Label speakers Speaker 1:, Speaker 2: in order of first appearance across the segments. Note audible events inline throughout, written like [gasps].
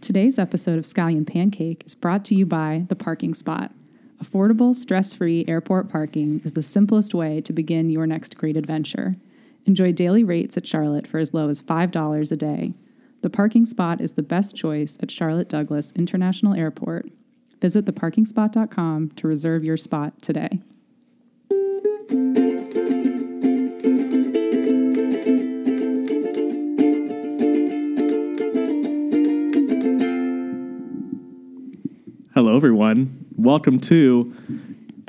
Speaker 1: Today's episode of Scallion Pancake is brought to you by The Parking Spot. Affordable, stress free airport parking is the simplest way to begin your next great adventure. Enjoy daily rates at Charlotte for as low as $5 a day. The Parking Spot is the best choice at Charlotte Douglas International Airport. Visit theparkingspot.com to reserve your spot today.
Speaker 2: Hello, everyone. Welcome to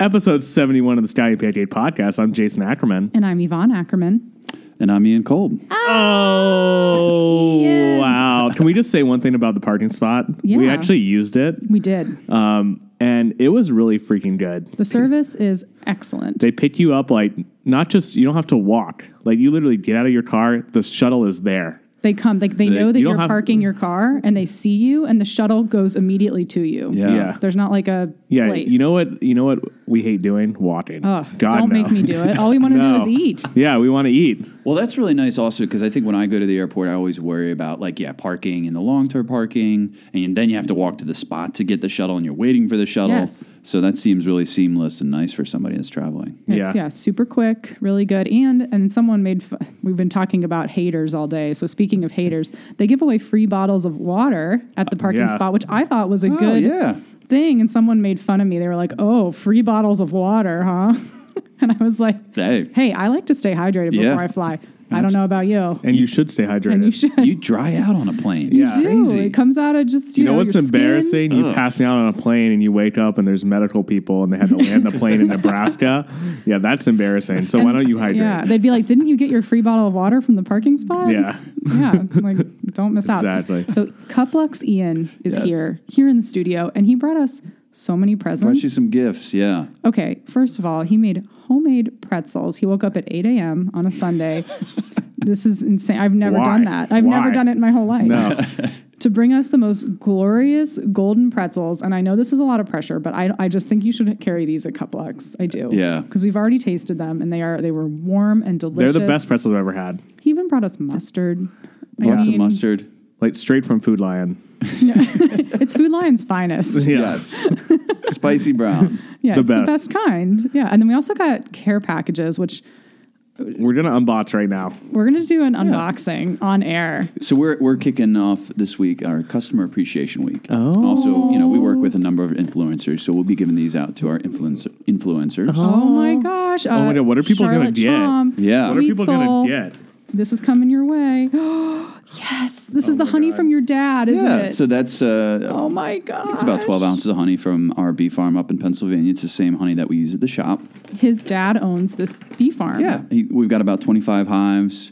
Speaker 2: episode 71 of the Sky and Pancake podcast. I'm Jason Ackerman.
Speaker 1: And I'm Yvonne Ackerman.
Speaker 3: And I'm Ian Kolb.
Speaker 1: Ah!
Speaker 2: Oh,
Speaker 1: Ian.
Speaker 2: wow. Can we just say one thing about the parking spot? We
Speaker 1: Yeah.
Speaker 2: actually used it,
Speaker 1: We did.
Speaker 2: um, and it was really freaking good.
Speaker 1: The service is excellent.
Speaker 2: They pick you up, like, not just, you don't have to walk. Like, you literally get out of your car, the shuttle is there.
Speaker 1: They come, like they know that
Speaker 2: you don't
Speaker 1: you're
Speaker 2: have-
Speaker 1: parking your car, and they see you, and the shuttle goes immediately to you.
Speaker 3: Yeah.
Speaker 2: Yeah.
Speaker 1: there's not like a
Speaker 2: Yeah,
Speaker 1: place.
Speaker 2: you know what? You know what we hate doing? Walking.
Speaker 1: Ugh, don't
Speaker 2: no.
Speaker 1: make me do it. All we want to
Speaker 2: No.
Speaker 1: do is eat.
Speaker 2: [laughs] Yeah, we want to eat.
Speaker 3: Well, that's really nice also because I think when I go to the airport, I always worry about like, yeah, parking and the long term parking. And then you have to walk to the spot to get the shuttle and you're waiting for the shuttle.
Speaker 1: Yes.
Speaker 3: So that seems really seamless and nice for somebody that's traveling.
Speaker 1: It's,
Speaker 2: Yeah.
Speaker 1: yeah. super quick, really good. And and someone made. F- we've been talking about haters all day. So speaking of haters, they give away free bottles of water at the parking
Speaker 2: Uh, yeah.
Speaker 1: spot, which I thought was a
Speaker 3: Oh,
Speaker 1: good
Speaker 3: yeah.
Speaker 1: thing. And someone made fun of me. They were like, "Oh, free bottles of water, huh?" [laughs] and I was like,
Speaker 3: Hey.
Speaker 1: "Hey, I like to stay hydrated
Speaker 3: Yeah.
Speaker 1: before I fly. I don't know about you."
Speaker 2: And you should stay hydrated.
Speaker 1: And you should.
Speaker 3: You dry out on a plane.
Speaker 2: Yeah.
Speaker 1: do.
Speaker 3: Crazy.
Speaker 1: It comes out of just you,
Speaker 2: You know what's
Speaker 1: your skin.
Speaker 2: embarrassing? You
Speaker 3: Ugh.
Speaker 2: passing out on a plane and you wake up and there's medical people and they had to land the
Speaker 1: [laughs]
Speaker 2: plane in Nebraska. Yeah, that's embarrassing. So why don't you hydrate?
Speaker 1: Yeah, they'd be like, "Didn't you get your free bottle of water from the parking spot?"
Speaker 2: Yeah.
Speaker 1: yeah. Like, don't miss
Speaker 2: Exactly.
Speaker 1: out. So, Cuplux Ian is
Speaker 3: Yes.
Speaker 1: here, here in the studio, and he brought us so many
Speaker 3: Brought
Speaker 1: presents.
Speaker 3: you some gifts. Yeah.
Speaker 1: okay, first of all, he made homemade pretzels. He woke up at eight a.m. on a
Speaker 2: [laughs]
Speaker 1: Sunday. this is insane. I've never
Speaker 2: Why?
Speaker 1: done that. I've
Speaker 2: Why?
Speaker 1: never done it in my whole life.
Speaker 2: No.
Speaker 1: to bring us the most glorious golden pretzels. And I know this is a lot of pressure, but I, I just think you should carry these at Cuplex. I do.
Speaker 3: Yeah.
Speaker 1: Because we've already tasted them and they are they were warm and delicious.
Speaker 2: They're the best pretzels I've ever had.
Speaker 1: He even brought us mustard. I
Speaker 3: Lots of
Speaker 1: mean,
Speaker 3: mustard.
Speaker 2: Like straight from Food Lion.
Speaker 1: It's Food Lion's
Speaker 2: [laughs]
Speaker 1: finest.
Speaker 2: Yeah.
Speaker 3: Yes.
Speaker 2: [laughs]
Speaker 3: Spicy brown.
Speaker 1: Yeah,
Speaker 2: The
Speaker 1: it's the
Speaker 2: best.
Speaker 1: best kind. Yeah. And then we also got care packages, which
Speaker 2: We're gonna unbox right now.
Speaker 1: we're gonna do an unboxing on air.
Speaker 3: So we're we're kicking off this week our customer appreciation week. Oh. Also, you know, we work with a number of influencers, so we'll be giving these out to our influencer influencers.
Speaker 1: Oh, my gosh. Uh,
Speaker 2: my God, what are people
Speaker 1: Charlotte
Speaker 2: gonna get?
Speaker 1: Chomp,
Speaker 3: Yeah.
Speaker 2: What are
Speaker 1: Sweet
Speaker 2: people
Speaker 1: Soul.
Speaker 2: gonna get?
Speaker 1: This is coming your way. [gasps] yes. This is the honey
Speaker 2: Oh God.
Speaker 1: from your dad, isn't
Speaker 3: Yeah.
Speaker 1: it?
Speaker 3: So that's uh
Speaker 1: oh my god.
Speaker 3: it's about 12 ounces of honey from our bee farm up in Pennsylvania. It's the same honey that we use at the shop.
Speaker 1: His dad owns this bee farm.
Speaker 3: Yeah. He, we've got about 25 hives.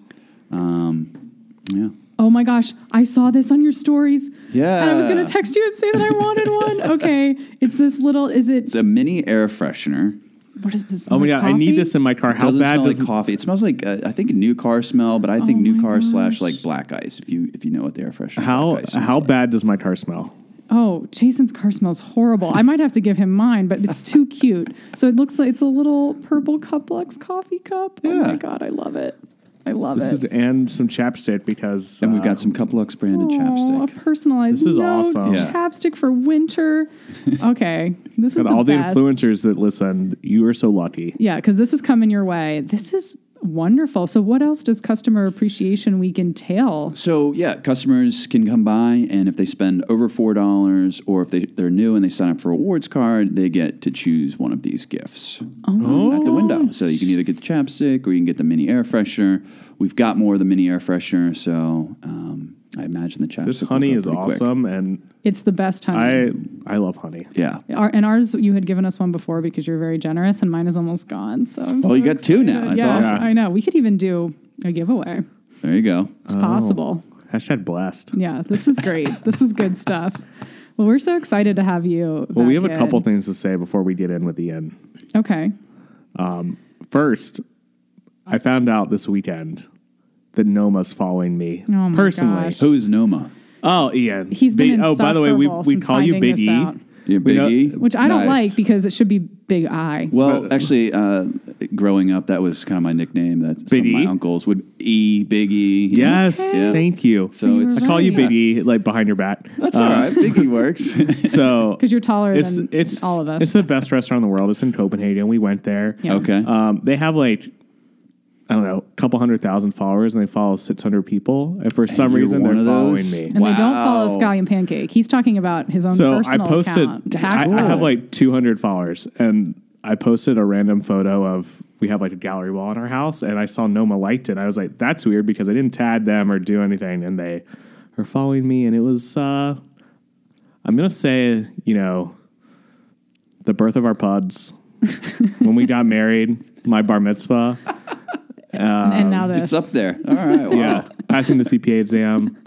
Speaker 3: Um, yeah.
Speaker 1: Oh my gosh, I saw this on your stories.
Speaker 3: Yeah.
Speaker 1: And I was gonna text you and say that I wanted
Speaker 2: [laughs]
Speaker 1: one. Okay. It's this little. Is it?
Speaker 3: It's a mini air freshener.
Speaker 1: What is this?
Speaker 2: Oh my god, I need this in my car. How
Speaker 3: doesn't
Speaker 2: bad
Speaker 3: smell
Speaker 2: does
Speaker 3: like coffee. It smells like uh, I think new car smell, but I think
Speaker 1: Oh
Speaker 3: new
Speaker 1: my
Speaker 3: car
Speaker 1: gosh.
Speaker 3: slash like black ice. If you if you know what the air freshener
Speaker 2: how
Speaker 3: black ice smells
Speaker 2: how
Speaker 3: like.
Speaker 2: bad does my car smell?
Speaker 1: Oh, Jason's car smells horrible. I might have to give him mine, but it's too cute. So it looks like it's a little purple Cuplex coffee cup. Oh my
Speaker 3: Yeah.
Speaker 1: god, I love it. I love
Speaker 2: This
Speaker 1: it.
Speaker 2: is and some chapstick because
Speaker 3: And we've
Speaker 2: uh,
Speaker 3: got some Cuplux branded
Speaker 1: Oh,
Speaker 3: chapstick.
Speaker 1: a personalized
Speaker 2: This is
Speaker 1: note,
Speaker 2: awesome.
Speaker 3: Yeah.
Speaker 1: chapstick for
Speaker 2: [laughs]
Speaker 1: winter. Okay, this is
Speaker 2: and
Speaker 1: the
Speaker 2: all
Speaker 1: best.
Speaker 2: the influencers that listen, you are so lucky.
Speaker 1: Yeah, because this is coming your way. This is wonderful. So, what else does Customer Appreciation Week entail?
Speaker 3: So yeah, customers can come by, and if they spend over four dollars, or if they they're new and they sign up for a rewards card, they get to choose one of these gifts
Speaker 1: Oh.
Speaker 3: um, at the window. So you can either get the chapstick or you can get the mini air freshener. We've got more of the mini air freshener, so um, I imagine the chapstick.
Speaker 2: This
Speaker 3: will
Speaker 2: honey
Speaker 3: go
Speaker 2: is
Speaker 3: pretty quick.
Speaker 2: awesome, and
Speaker 1: It's the best honey.
Speaker 2: I I love honey.
Speaker 3: Yeah.
Speaker 1: Our, and ours, you had given us one before because you're very generous, and mine is almost gone. So, I'm
Speaker 3: Oh,
Speaker 1: so
Speaker 3: you got two now.
Speaker 1: excited.
Speaker 3: That's
Speaker 1: yeah,
Speaker 2: awesome.
Speaker 1: I know. We could even do a giveaway.
Speaker 3: There you go.
Speaker 1: It's possible.
Speaker 2: Hashtag blessed.
Speaker 1: Yeah, this is great. this is good stuff. Well, we're so excited to have you.
Speaker 2: Well, we have
Speaker 1: back
Speaker 2: a
Speaker 1: in.
Speaker 2: couple things to say before we get in with Ian.
Speaker 1: Okay.
Speaker 2: First, I found out this weekend that Noma's following me
Speaker 1: Oh my
Speaker 2: personally.
Speaker 1: gosh.
Speaker 3: Who is Noma?
Speaker 2: Oh, Ian.
Speaker 1: He's been
Speaker 2: Big- Oh, by the way, we,
Speaker 1: insufferable
Speaker 2: we
Speaker 1: since
Speaker 2: call you
Speaker 1: finding
Speaker 2: Big
Speaker 1: this
Speaker 2: E.
Speaker 1: out.
Speaker 3: Yeah,
Speaker 2: We
Speaker 3: Big
Speaker 2: know-
Speaker 3: E.
Speaker 1: which I don't
Speaker 3: Nice.
Speaker 1: like because it should be big eye.
Speaker 3: Well, actually, uh, growing up, that was kind of my nickname. That some
Speaker 2: Big
Speaker 3: of my
Speaker 2: E?
Speaker 3: uncles would E Big E. you know?
Speaker 2: Yes,
Speaker 3: Yeah.
Speaker 2: thank you.
Speaker 3: So
Speaker 1: you
Speaker 3: it's
Speaker 2: I call you
Speaker 1: Right.
Speaker 2: Biggie, like behind your back.
Speaker 1: [laughs]
Speaker 3: That's all right. Big E
Speaker 2: [laughs]
Speaker 3: works.
Speaker 2: So
Speaker 1: 'Cause you're taller
Speaker 2: it's,
Speaker 1: than
Speaker 2: it's,
Speaker 1: all of us.
Speaker 2: It's the best restaurant in the world. It's in Copenhagen. We went there.
Speaker 1: Yeah.
Speaker 3: okay.
Speaker 2: Um, they have like I don't know, a couple hundred thousand followers, and they follow six hundred people. And for some
Speaker 3: you're
Speaker 2: reason,
Speaker 3: one
Speaker 2: they're
Speaker 3: of
Speaker 2: following
Speaker 3: those?
Speaker 2: me.
Speaker 1: And they don't follow
Speaker 3: Wow.
Speaker 1: Scallion Pancake. He's talking about his own
Speaker 2: So I
Speaker 1: personal
Speaker 2: posted.
Speaker 1: account.
Speaker 2: I,
Speaker 1: Tax
Speaker 2: I have
Speaker 1: fraud.
Speaker 2: like two hundred followers, and I posted a random photo of we have like a gallery wall in our house, and I saw Noma liked it. I was like, that's weird because I didn't tag them or do anything, and they are following me, and it was. uh I'm gonna say, you know, the birth of
Speaker 1: [laughs]
Speaker 2: our pods, when we got married, my
Speaker 1: [laughs]
Speaker 2: bar mitzvah.
Speaker 1: and, and now this.
Speaker 3: it's up there. All right.
Speaker 2: [laughs]
Speaker 3: Wow.
Speaker 2: Yeah, passing the CPA exam,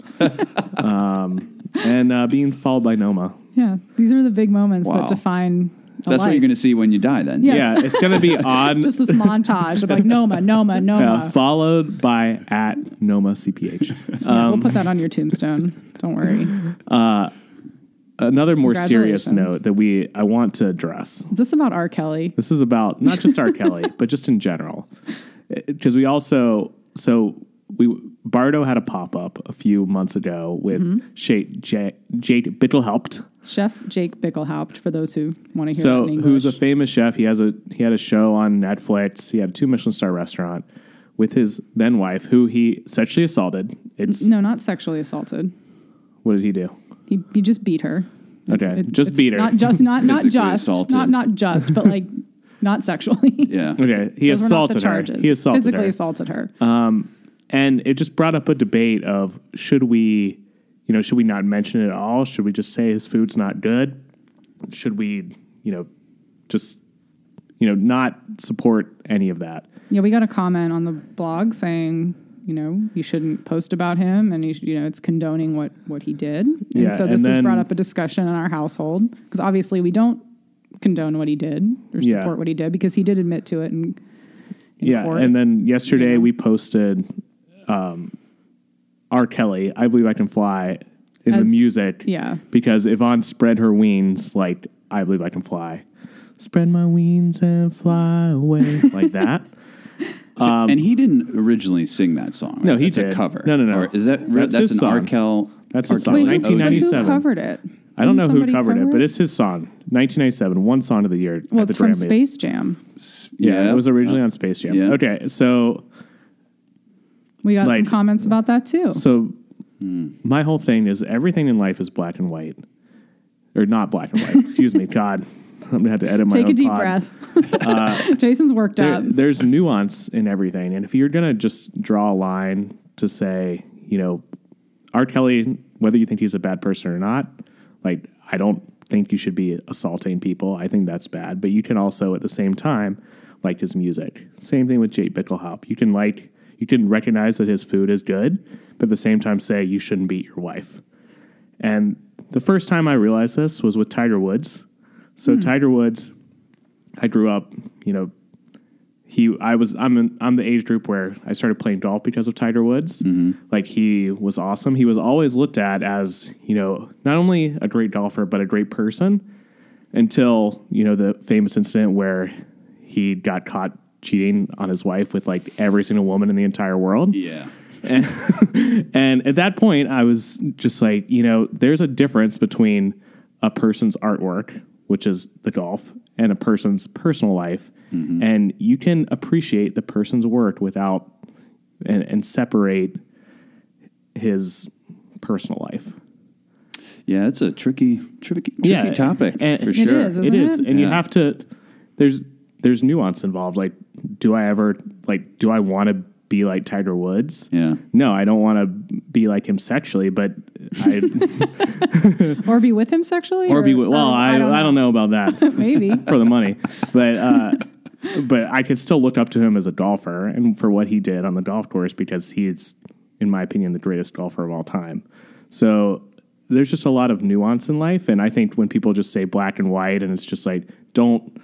Speaker 2: um, and uh, being followed by Noma.
Speaker 1: Yeah, these are the big moments
Speaker 3: Wow.
Speaker 1: that define. A
Speaker 3: That's
Speaker 1: life.
Speaker 3: what you're going to see when you die then.
Speaker 1: Yeah.
Speaker 2: Yeah,
Speaker 1: Yes.
Speaker 2: it's gonna
Speaker 1: [laughs]
Speaker 2: be on
Speaker 1: Just this montage of like Noma, Noma, Noma.
Speaker 2: uh, followed by at Noma CPH.
Speaker 1: Yeah, we'll put that on your tombstone. Don't worry.
Speaker 2: Another more serious
Speaker 1: Congratulations.
Speaker 2: note that we I want to address.
Speaker 1: Is this about R. Kelly?
Speaker 2: This is about not just R.
Speaker 1: [laughs]
Speaker 2: Kelly, but just in general, because we also so we Bardo had a pop up a few months ago with
Speaker 1: Mm-hmm.
Speaker 2: Shate J, Jade Bittelhaupt.
Speaker 1: Chef Jake Bickelhaupt, for those who want to hear that
Speaker 2: So
Speaker 1: in English.
Speaker 2: who's a famous chef? He has a he had a show on Netflix. He had a two Michelin star restaurant with his then wife, who he sexually assaulted. It's
Speaker 1: no, not sexually assaulted.
Speaker 2: what did he do?
Speaker 1: He, he just beat her.
Speaker 2: Okay,
Speaker 1: It-
Speaker 2: just
Speaker 1: it's
Speaker 2: beat her.
Speaker 1: Not just, not not
Speaker 3: Physically
Speaker 1: just,
Speaker 3: assaulted.
Speaker 1: not not just, but like not sexually.
Speaker 3: Yeah.
Speaker 2: Okay,
Speaker 1: [laughs]
Speaker 2: he
Speaker 1: Those were not the
Speaker 2: assaulted her.
Speaker 1: charges.
Speaker 2: He assaulted
Speaker 1: physically
Speaker 2: her,
Speaker 1: assaulted her.
Speaker 2: and it just brought up a debate of should we, you know, should we not mention it at all? Should we just say his food's not good? Should we, you know, just, you know, not support any of that?
Speaker 1: Yeah, we got a comment on the blog saying, you know, you shouldn't post about him, and you, sh- you know, it's condoning what what he did. And
Speaker 2: Yeah,
Speaker 1: so
Speaker 2: and
Speaker 1: this has
Speaker 2: then-
Speaker 1: brought up a discussion in our household because obviously we don't condone what he did or
Speaker 2: Yeah.
Speaker 1: support what he did because he did admit to it and
Speaker 2: yeah,
Speaker 1: court.
Speaker 2: and then yesterday
Speaker 1: yeah.
Speaker 2: we posted um, R. Kelly, I believe I can fly in the
Speaker 1: As-
Speaker 2: music.
Speaker 1: yeah.
Speaker 2: because Yvonne spread her wings like I believe I can fly. Spread my wings and fly away
Speaker 1: [laughs]
Speaker 2: like that.
Speaker 3: So- and he didn't originally sing that song. right?
Speaker 2: Um, No, he
Speaker 3: that's
Speaker 2: did.
Speaker 3: a cover.
Speaker 2: No, no, no.
Speaker 3: Or is that
Speaker 2: That's
Speaker 3: that's,
Speaker 2: his
Speaker 3: an
Speaker 2: song.
Speaker 3: Arkel?
Speaker 2: That's his song.
Speaker 1: Wait,
Speaker 2: Who-
Speaker 1: who-
Speaker 2: who-
Speaker 1: but who
Speaker 2: 1997.
Speaker 1: covered it?
Speaker 2: I
Speaker 1: Didn't
Speaker 2: don't know who
Speaker 1: somebody
Speaker 2: covered
Speaker 1: cover
Speaker 2: it, but it's his song, 1997, one song of the year.
Speaker 1: well,
Speaker 2: at
Speaker 1: it's
Speaker 2: the
Speaker 1: from
Speaker 2: Grammys.
Speaker 1: Space Jam.
Speaker 2: Yeah, it was
Speaker 3: Uh,
Speaker 2: originally on Space Jam.
Speaker 3: Yeah.
Speaker 2: Okay, so
Speaker 1: We got
Speaker 2: Like-
Speaker 1: some comments about that too.
Speaker 2: so my whole thing is everything in life is black and white, or not black and white. [laughs] excuse me, God, I'm gonna have to edit my.
Speaker 1: Take a
Speaker 2: own
Speaker 1: deep
Speaker 2: pod. Uh,
Speaker 1: breath. [laughs] Jason's worked
Speaker 2: There-
Speaker 1: up.
Speaker 2: there's nuance in everything, and if you're gonna just draw a line to say, you know, R. Kelly, whether you think he's a bad person or not, like I don't think you should be assaulting people. I think that's bad. But you can also at the same time like his music. Same thing with Jake Bickelhop. You can like you can recognize that his food is good, but at the same time say you shouldn't beat your wife. And the first time I realized this was with Tiger Woods. So Tiger Woods, I grew up, you know, he I was I'm in, I'm the age group where I started playing golf because of Tiger Woods. Like he was awesome. He was always looked at as you know not only a great golfer but a great person until you know the famous incident where he got caught cheating on his wife with like every single woman in the entire world.
Speaker 3: Yeah.
Speaker 2: And [laughs] at that point, I was just like, you know, there's a difference between a person's artwork, which is the golf, and a person's personal life.
Speaker 3: Mm-hmm.
Speaker 2: And you can appreciate the person's work without and, and separate his personal life.
Speaker 3: Yeah, it's a tricky, tricky, tricky
Speaker 2: Yeah,
Speaker 3: topic
Speaker 2: and-
Speaker 3: for
Speaker 2: It
Speaker 3: sure.
Speaker 1: is,
Speaker 2: it
Speaker 1: Isn't
Speaker 2: is,
Speaker 1: it?
Speaker 2: and you
Speaker 3: Yeah.
Speaker 2: have to. There's there's nuance involved. Like, do I ever like? Do I want to be like Tiger Woods?
Speaker 3: Yeah.
Speaker 2: No, I don't want to be like him sexually, but
Speaker 3: [laughs]
Speaker 2: I
Speaker 1: or be with him sexually?
Speaker 2: or be with, well,
Speaker 1: um,
Speaker 2: I, I,
Speaker 1: [laughs]
Speaker 2: don't know about that
Speaker 1: Maybe.
Speaker 2: for the money, but uh, [laughs] but I could still look up to him as a golfer and for what he did on the golf course because he's, in my opinion, the greatest golfer of all time. So there's just a lot of nuance in life, and I think when people just say black and white and it's just like don't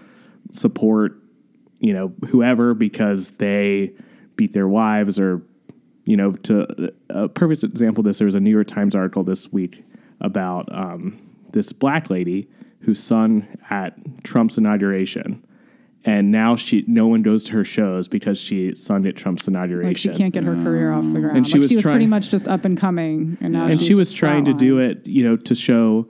Speaker 2: support you know whoever because they beat their wives or you know to a perfect example of this there was a new york times article this week about um, this black lady whose son at trump's inauguration and now she no one goes to her shows because she sung at Trump's inauguration.
Speaker 1: Like she can't get her career off the ground.
Speaker 2: And she
Speaker 1: Like,
Speaker 2: was
Speaker 1: pretty
Speaker 2: trying-
Speaker 1: much just up and coming, and now
Speaker 2: and
Speaker 1: she's
Speaker 2: she was trying to do
Speaker 1: flatlined.
Speaker 2: it, you know, to show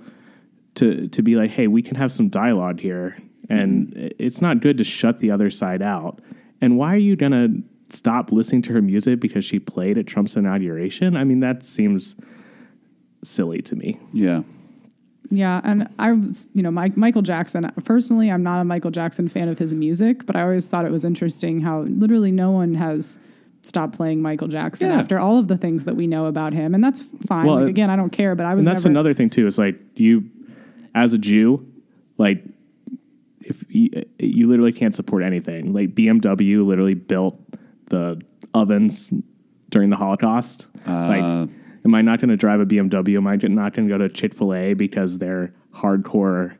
Speaker 2: to to be like, hey, we can have some dialogue here, and
Speaker 1: Mm-hmm.
Speaker 2: i- it's not good to shut the other side out. And why are you gonna stop listening to her music because she played at Trump's inauguration? I mean, that seems silly to me.
Speaker 3: Yeah.
Speaker 1: Yeah, and I was, you know, Mike, Michael Jackson. Personally, I'm not a Michael Jackson fan of his music, but I always thought it was interesting how literally no one has stopped playing Michael Jackson
Speaker 3: Yeah.
Speaker 1: after all of the things that we know about him, and that's fine.
Speaker 2: Well,
Speaker 1: like,
Speaker 2: it-
Speaker 1: again, I don't care, but I was
Speaker 2: And that's
Speaker 1: never,
Speaker 2: another thing too. Is like you, as a Jew, like if you, you literally can't support anything. Like BMW literally built the ovens during the Holocaust.
Speaker 3: Uh.
Speaker 2: like, am I not going to drive a BMW? Am I not going to go to Chick Fil A because they're hardcore,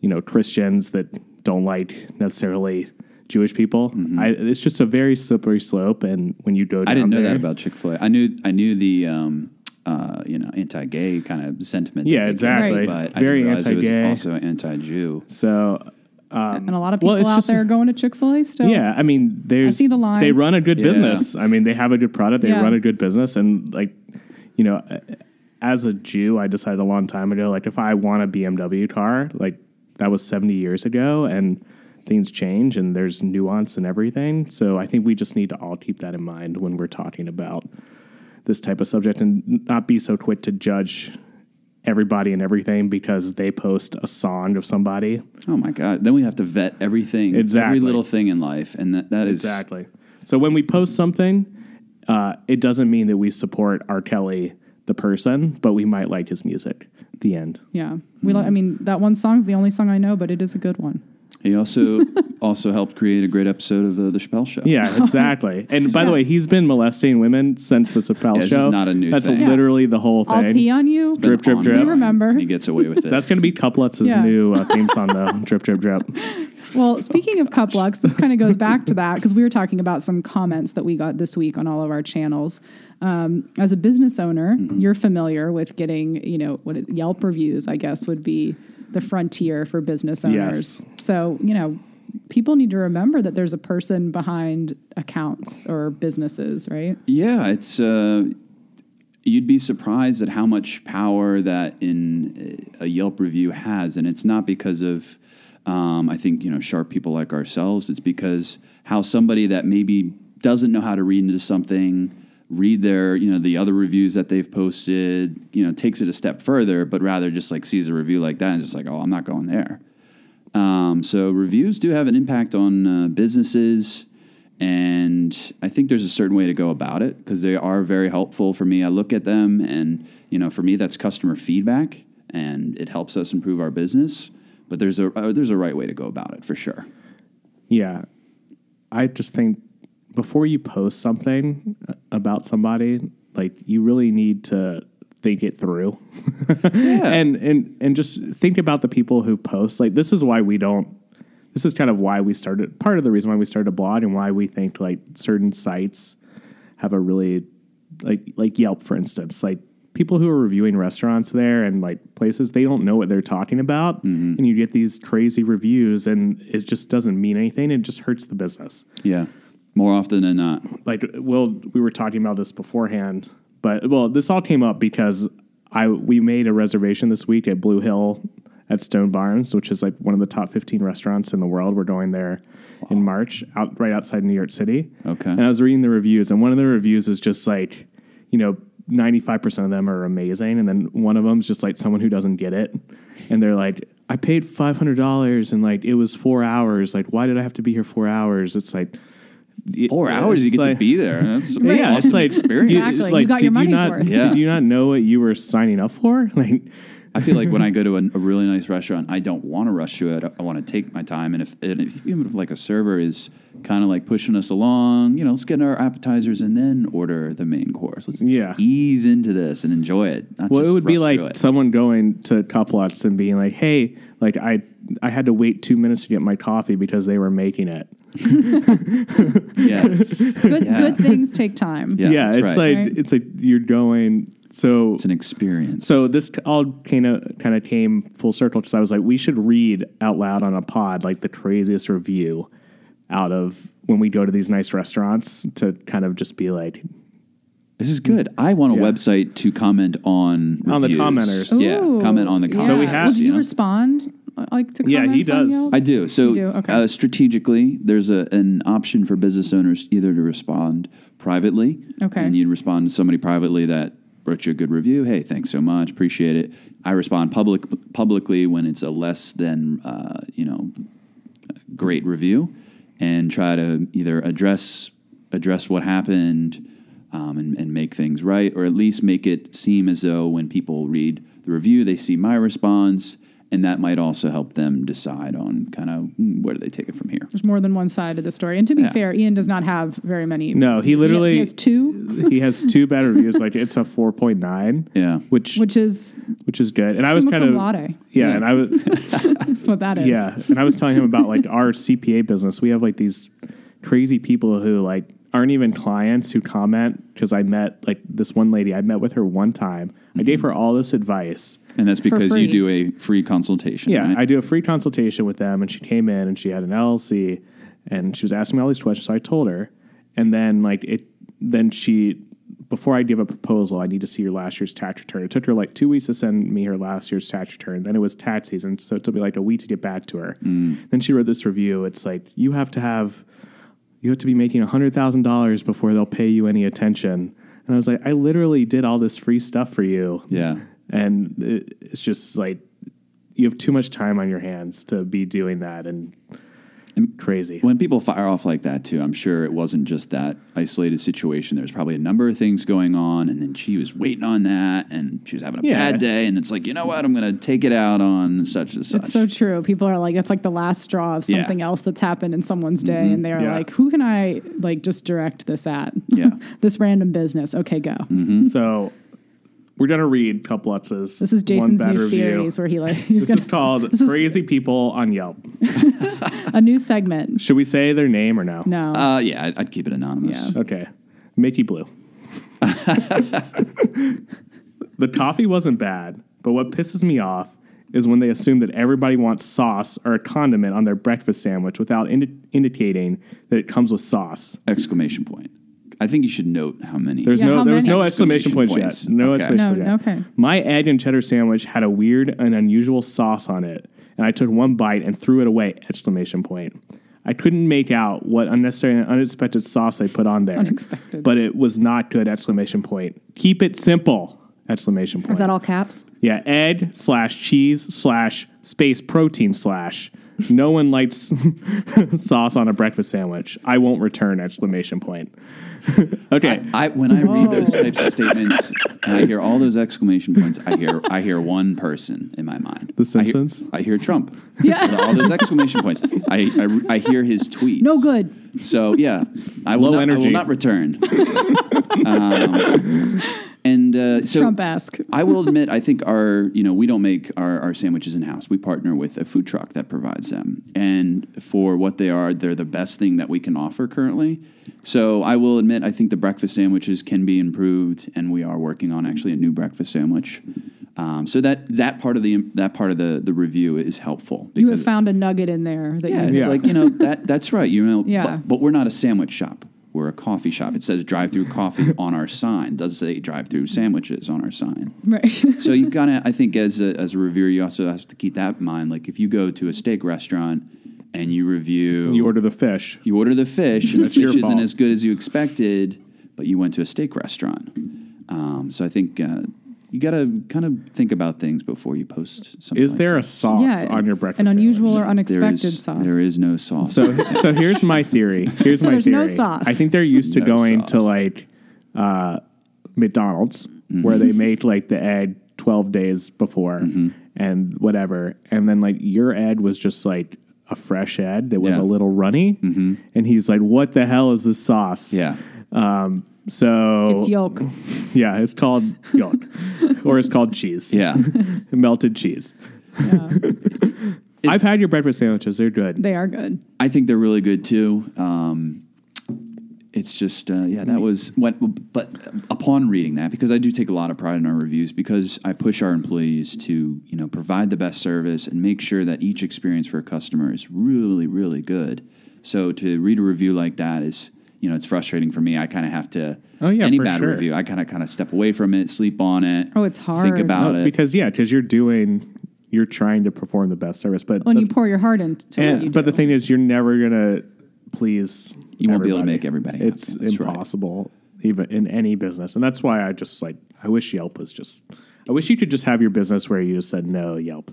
Speaker 2: you know, Christians that don't like necessarily. Jewish people. I, it's just a very slippery slope, and when you go, down
Speaker 3: Mm-hmm. I didn't know
Speaker 2: there,
Speaker 3: that about Chick Fil A. I knew I knew the um, uh, you know anti-gay kind of sentiment. that
Speaker 2: Yeah,
Speaker 3: they get,
Speaker 2: exactly.
Speaker 1: Right.
Speaker 3: But I
Speaker 2: Very
Speaker 3: didn't realize
Speaker 2: anti-gay.
Speaker 3: It was also anti-Jew.
Speaker 2: So
Speaker 1: and a lot of people
Speaker 2: well, it's
Speaker 1: out
Speaker 2: just-
Speaker 1: there going to Chick Fil A still.
Speaker 2: Yeah, I mean, there's
Speaker 1: see the lines.
Speaker 2: they run a good
Speaker 3: Yeah.
Speaker 2: business. I mean, they have a good product. They
Speaker 1: Yeah.
Speaker 2: run a good business, and like, you know, as a Jew, I decided a long time ago, like, if I want a BMW car, like that was 70 years ago, and things change, and there's nuance and everything. So I think we just need to all keep that in mind when we're talking about this type of subject, and not be so quick to judge everybody and everything because they post a song of somebody.
Speaker 3: Oh my God! Then we have to vet everything,
Speaker 2: Exactly.
Speaker 3: every little thing in life, and that, that is
Speaker 2: Exactly. So when we post something, uh, it doesn't mean that we support R. Kelly the person, but we might like his music. The end.
Speaker 1: yeah. We, li- I mean, that one song's the only song I know, but it is a good one.
Speaker 3: He
Speaker 2: [laughs]
Speaker 3: also also helped create a great episode of uh, the, the Chappelle Show. [laughs]
Speaker 2: Yeah, exactly. And by the way, he's been molesting women since the Chappelle
Speaker 3: Yeah, this is
Speaker 2: show.
Speaker 3: not a new
Speaker 2: That's
Speaker 3: thing.
Speaker 2: literally the whole thing.
Speaker 1: I'll pee on you.
Speaker 2: Drip, drip,
Speaker 3: On
Speaker 2: drip.
Speaker 3: the
Speaker 2: You
Speaker 1: remember.
Speaker 3: line, He gets
Speaker 2: [laughs]
Speaker 3: away with it.
Speaker 2: That's going to be Couplets'
Speaker 1: Yeah.
Speaker 2: new uh, theme song, though. drip, drip, drip.
Speaker 1: Well, speaking of cup lux, this kind of goes back
Speaker 3: [laughs]
Speaker 1: to that because we were talking about some comments that we got this week on all of our channels. Um, as a business owner,
Speaker 3: Mm-hmm.
Speaker 1: you're familiar with getting, you know, what it, Yelp reviews, I guess, would be the frontier for business owners. So, you know, people need to remember that there's a person behind accounts or businesses,
Speaker 3: [laughs]
Speaker 1: right?
Speaker 3: Yeah, it's uh, you'd be surprised at how much power that in uh, a Yelp review has, and it's not because of um, I think you know sharp people like ourselves. It's because how somebody that maybe doesn't know how to read into something read their you know the other reviews that they've posted you know takes it a step further but rather just like sees a review like that and just like oh i'm not going there um, so reviews do have an impact on uh, businesses, and I think there's a certain way to go about it because they are very helpful for me. I look at them, and you know, for me, that's customer feedback, and it helps us improve our business. But there's a uh, there's a right way to go about it for sure.
Speaker 2: Yeah. I just think before you post something uh, about somebody, like you really need to think it through. [laughs] And and and just think about the people who post. Like this is why we don't this is kind of why we started part of the reason why we started a blog and why we think like certain sites have a really like like Yelp for instance. Like people who are reviewing restaurants there and like places they don't know what they're talking about and you get these crazy reviews and it just doesn't mean anything it just hurts the business
Speaker 3: Yeah, more often than not.
Speaker 2: like well we were talking about this beforehand but well this all came up because i we made a reservation this week at blue hill at stone barns which is like one of the top 15 restaurants in the world we're going there in march out right outside new york city
Speaker 3: Okay.
Speaker 2: and i was reading the reviews and one of the reviews is just like you know 95% of them are amazing and then one of them's just like someone who doesn't get it and they're like i paid $500 and like it was four hours like why did i have to be here four hours it's like
Speaker 3: Four
Speaker 2: it-
Speaker 3: hours you
Speaker 2: it's
Speaker 3: get to
Speaker 2: like-
Speaker 3: be there. [laughs] That's an
Speaker 2: yeah,
Speaker 3: awesome
Speaker 2: it's like
Speaker 3: experience.
Speaker 2: you-
Speaker 1: Exactly.
Speaker 2: it's
Speaker 1: You got
Speaker 2: did
Speaker 1: your money's
Speaker 2: not,
Speaker 1: worth.
Speaker 3: Yeah.
Speaker 2: Did you not know what you were signing up for? [laughs] Like,
Speaker 3: I feel like when
Speaker 2: [laughs]
Speaker 3: I go to an, a really nice restaurant, I don't want to rush through it. I, want to take my time, and if, and if even if like a server is kind of like pushing us along, you know, let's get our appetizers and then order the main course. Let's
Speaker 2: Yeah.
Speaker 3: ease into this and enjoy it. Not
Speaker 2: well,
Speaker 3: just
Speaker 2: it would be
Speaker 3: rush
Speaker 2: like
Speaker 3: through it.
Speaker 2: someone going to cup lots and being like, "Hey, like I, I had to wait two minutes to get my coffee because they were making it."
Speaker 3: yes,
Speaker 1: Good,
Speaker 3: Yeah.
Speaker 1: good things take time.
Speaker 3: Yeah, that's
Speaker 2: it's
Speaker 3: right.
Speaker 2: like
Speaker 1: Right.
Speaker 2: it's like you're going. So
Speaker 3: it's an
Speaker 2: [laughs]
Speaker 3: experience.
Speaker 2: So this all kind of kind of came full circle because I was like, we should read out loud on a pod like the craziest review out of when we go to these nice restaurants to kind of just be like,
Speaker 3: This is good. I want a
Speaker 2: Yeah.
Speaker 3: website to comment on
Speaker 2: On the
Speaker 3: reviews.
Speaker 2: commenters.
Speaker 1: Ooh,
Speaker 3: yeah, comment on the
Speaker 1: yeah.
Speaker 3: comments.
Speaker 2: So we
Speaker 1: Well,
Speaker 2: have-
Speaker 1: do
Speaker 3: you
Speaker 1: you
Speaker 3: know?
Speaker 1: respond uh, like to
Speaker 2: Yeah, he
Speaker 1: comments on
Speaker 2: does.
Speaker 1: Yelp?
Speaker 3: I do. So
Speaker 1: do? Okay.
Speaker 3: uh, strategically, there's a, an option for business owners either to respond privately,
Speaker 1: Okay.
Speaker 3: and you'd respond to somebody privately that wrote you a good review. Hey, thanks so much, appreciate it. I respond public publicly when it's a less than uh, you know great review, and try to either address address what happened. Um, and, and make things right, or at least make it seem as though when people read the review, they see my response, and that might also help them decide on kind of mm, where do they take it from here.
Speaker 1: There's more than one side of the story. And to be
Speaker 3: Yeah.
Speaker 1: fair, Ian does not have very many.
Speaker 2: No, he literally
Speaker 1: he has two,
Speaker 2: he has two bad reviews. Like it's a four point nine.
Speaker 3: Yeah.
Speaker 2: which which,
Speaker 1: which is
Speaker 2: is good. And I was
Speaker 1: summa cum
Speaker 2: kind of
Speaker 1: laude.
Speaker 2: yeah, and I was
Speaker 1: That's what that is.
Speaker 2: yeah, and I was telling him about like our CPA business. We have like these crazy people who like aren't even clients who comment because I met like this one lady. I met with her one time. I gave her all this advice.
Speaker 3: And that's because
Speaker 1: free.
Speaker 3: you do a free consultation.
Speaker 2: Yeah,
Speaker 3: right?
Speaker 2: I do a free consultation with them, and she came in and she had an LLC, and she was asking me all these questions. So I told her, and then like it, then she, before I give a proposal, I need to see your last year's tax return. It took her like two weeks to send me her last year's tax return. Then it was tax season, so it took me like a week to get back to her.
Speaker 3: Mm.
Speaker 2: Then she wrote this review. It's like you have to have, you have to be making hundred thousand dollars before they'll pay you any attention. And I was like, I literally did all this free stuff for you
Speaker 3: yeah.
Speaker 2: and it, it's just like you have too much time on your hands to be doing that and, crazy.
Speaker 3: When people fire off like that, too, I'm sure it wasn't just that isolated situation. There's probably a number of things going on. And then she was waiting on that and she was having a
Speaker 2: Yeah.
Speaker 3: bad day. And it's like, you know what? I'm going to take it out on such and such.
Speaker 1: It's so true. People are like, that's like the last straw of
Speaker 3: Yeah.
Speaker 1: something else that's happened in someone's day, and they're
Speaker 2: Mm-hmm. Yeah.
Speaker 1: like, who can I like just direct this at?
Speaker 3: Yeah.
Speaker 1: [laughs] this random business. Okay, go.
Speaker 2: Mm. So we're gonna read Kuplutz's.
Speaker 1: This is
Speaker 2: one
Speaker 1: Jason's
Speaker 2: bad
Speaker 1: new
Speaker 2: review.
Speaker 1: series where he
Speaker 2: [laughs]
Speaker 1: like he's
Speaker 2: This
Speaker 1: gonna [laughs]
Speaker 2: is called
Speaker 1: is-
Speaker 2: Crazy People on Yelp.
Speaker 1: a new segment.
Speaker 2: Should we say their name or no?
Speaker 1: No,
Speaker 3: uh, yeah, I'd, I'd keep it anonymous.
Speaker 1: Yeah.
Speaker 2: Okay, Mickey Blue. the coffee wasn't bad, but what pisses me off is when they assume that everybody wants sauce or a condiment on their breakfast sandwich without indi- indicating that it comes with sauce.
Speaker 3: Exclamation point. I think you should note how many.
Speaker 2: There's
Speaker 1: Yeah,
Speaker 2: no,
Speaker 1: how
Speaker 2: there was
Speaker 1: many?
Speaker 2: no exclamation points,
Speaker 3: Exclamation
Speaker 2: yet.
Speaker 3: points.
Speaker 2: No
Speaker 3: Okay.
Speaker 2: exclamation
Speaker 1: No,
Speaker 2: points. yet.
Speaker 1: okay.
Speaker 2: My egg and cheddar sandwich had a weird and unusual sauce on it, and I took one bite and threw it away! Exclamation point. I couldn't make out what unnecessary and unexpected sauce they put on there.
Speaker 1: Unexpected.
Speaker 2: but it was not good! Exclamation point. Keep it simple! Exclamation point.
Speaker 1: is that all caps?
Speaker 2: Yeah, egg slash cheese slash space protein slash. No one likes [laughs] sauce on a breakfast sandwich. I won't return! Exclamation point. [laughs] okay.
Speaker 3: I when I read those types of statements and I hear all those exclamation points, I hear I hear one person in my mind.
Speaker 2: The Simpsons?
Speaker 3: I hear, I hear Trump. Yeah. all those exclamation points. I, I re- I hear his tweets.
Speaker 1: No good.
Speaker 3: So yeah, I
Speaker 2: Low
Speaker 3: will not, I
Speaker 2: energy.
Speaker 3: will
Speaker 2: [laughs]
Speaker 3: not return. Um, and uh, so
Speaker 1: Trump esque.
Speaker 3: I will admit, I think our, you know, we don't make our, our sandwiches in house. We partner with a food truck that provides them. And for what they are, they're the best thing that we can offer currently. So I will admit, I think the breakfast sandwiches can be improved, and we are working on actually a new breakfast sandwich. Um, so that that part of the that part of the, the review is helpful.
Speaker 1: You have
Speaker 3: because-
Speaker 1: found a nugget in there that
Speaker 3: yeah,
Speaker 1: you
Speaker 3: it's
Speaker 2: Yeah.
Speaker 3: like you know that that's right. You know,
Speaker 1: Yeah.
Speaker 3: But, but we're not a sandwich shop. We're a coffee shop. It says drive-through
Speaker 2: [laughs]
Speaker 3: coffee on our sign. Does say drive-through sandwiches on our sign.
Speaker 1: [laughs] right.
Speaker 3: So you kind of, I think, as a, as a reviewer, you also have to keep that in mind. Like if you go to a steak restaurant and you review,
Speaker 2: You order the fish.
Speaker 3: you order the fish, and
Speaker 2: [laughs]
Speaker 3: the
Speaker 2: That's your
Speaker 3: fish isn't
Speaker 2: fault.
Speaker 3: as good as you expected, but you went to a steak restaurant. Um, so I think uh, you got to kind of think about things before you post something.
Speaker 2: Is
Speaker 3: like
Speaker 2: there
Speaker 3: that.
Speaker 2: a sauce on your breakfast?
Speaker 1: an unusual
Speaker 2: sandwich?
Speaker 1: or unexpected
Speaker 3: there is,
Speaker 1: sauce.
Speaker 3: There is no sauce.
Speaker 2: So, so here's my theory.
Speaker 1: [laughs]
Speaker 2: Here's
Speaker 1: So
Speaker 2: my
Speaker 1: there's
Speaker 2: theory.
Speaker 1: no sauce.
Speaker 2: I think they're used to
Speaker 3: No
Speaker 2: going to
Speaker 3: sauce.
Speaker 2: like uh, McDonald's
Speaker 1: Mm-hmm.
Speaker 2: where they make like the egg 12 days before
Speaker 1: Mm-hmm.
Speaker 2: and whatever. And then like your egg was just like a fresh egg that was a
Speaker 3: Yeah.
Speaker 2: little runny.
Speaker 1: Mm-hmm.
Speaker 2: And he's like, what the hell is this sauce?
Speaker 3: yeah,
Speaker 2: Um, so
Speaker 1: It's yolk.
Speaker 2: yeah, it's called
Speaker 1: [laughs]
Speaker 2: yolk or it's called cheese.
Speaker 3: yeah.
Speaker 2: [laughs] Melted cheese.
Speaker 1: Yeah.
Speaker 2: I've had your breakfast sandwiches. They're good.
Speaker 1: They are good.
Speaker 3: I think they're really good too. Um, it's just, uh, yeah, that was what, but upon reading that, because I do take a lot of pride in our reviews, because I push our employees to, you know, provide the best service and make sure that each experience for a customer is really, really good. So to read a review like that is, you know, it's frustrating for me. I kind of have to.
Speaker 2: Oh, yeah,
Speaker 3: any
Speaker 2: for
Speaker 3: bad
Speaker 2: sure.
Speaker 3: review, I kind of kind of step away from it, sleep on it.
Speaker 1: Oh, it's
Speaker 3: Think
Speaker 1: hard.
Speaker 3: about
Speaker 2: No,
Speaker 3: it.
Speaker 2: because yeah, because you're doing, you're trying to perform the best service, but
Speaker 1: When
Speaker 2: the-
Speaker 1: you pour your heart into
Speaker 2: and-
Speaker 1: it, you
Speaker 2: but
Speaker 1: do.
Speaker 2: the thing is, you're never gonna please.
Speaker 3: You won't be able to
Speaker 2: everybody.
Speaker 3: make everybody happy.
Speaker 2: It's
Speaker 3: That's right.
Speaker 2: impossible, even in any business, and that's why I just like. I wish Yelp was just. I wish you could just have your business where you just said no Yelp.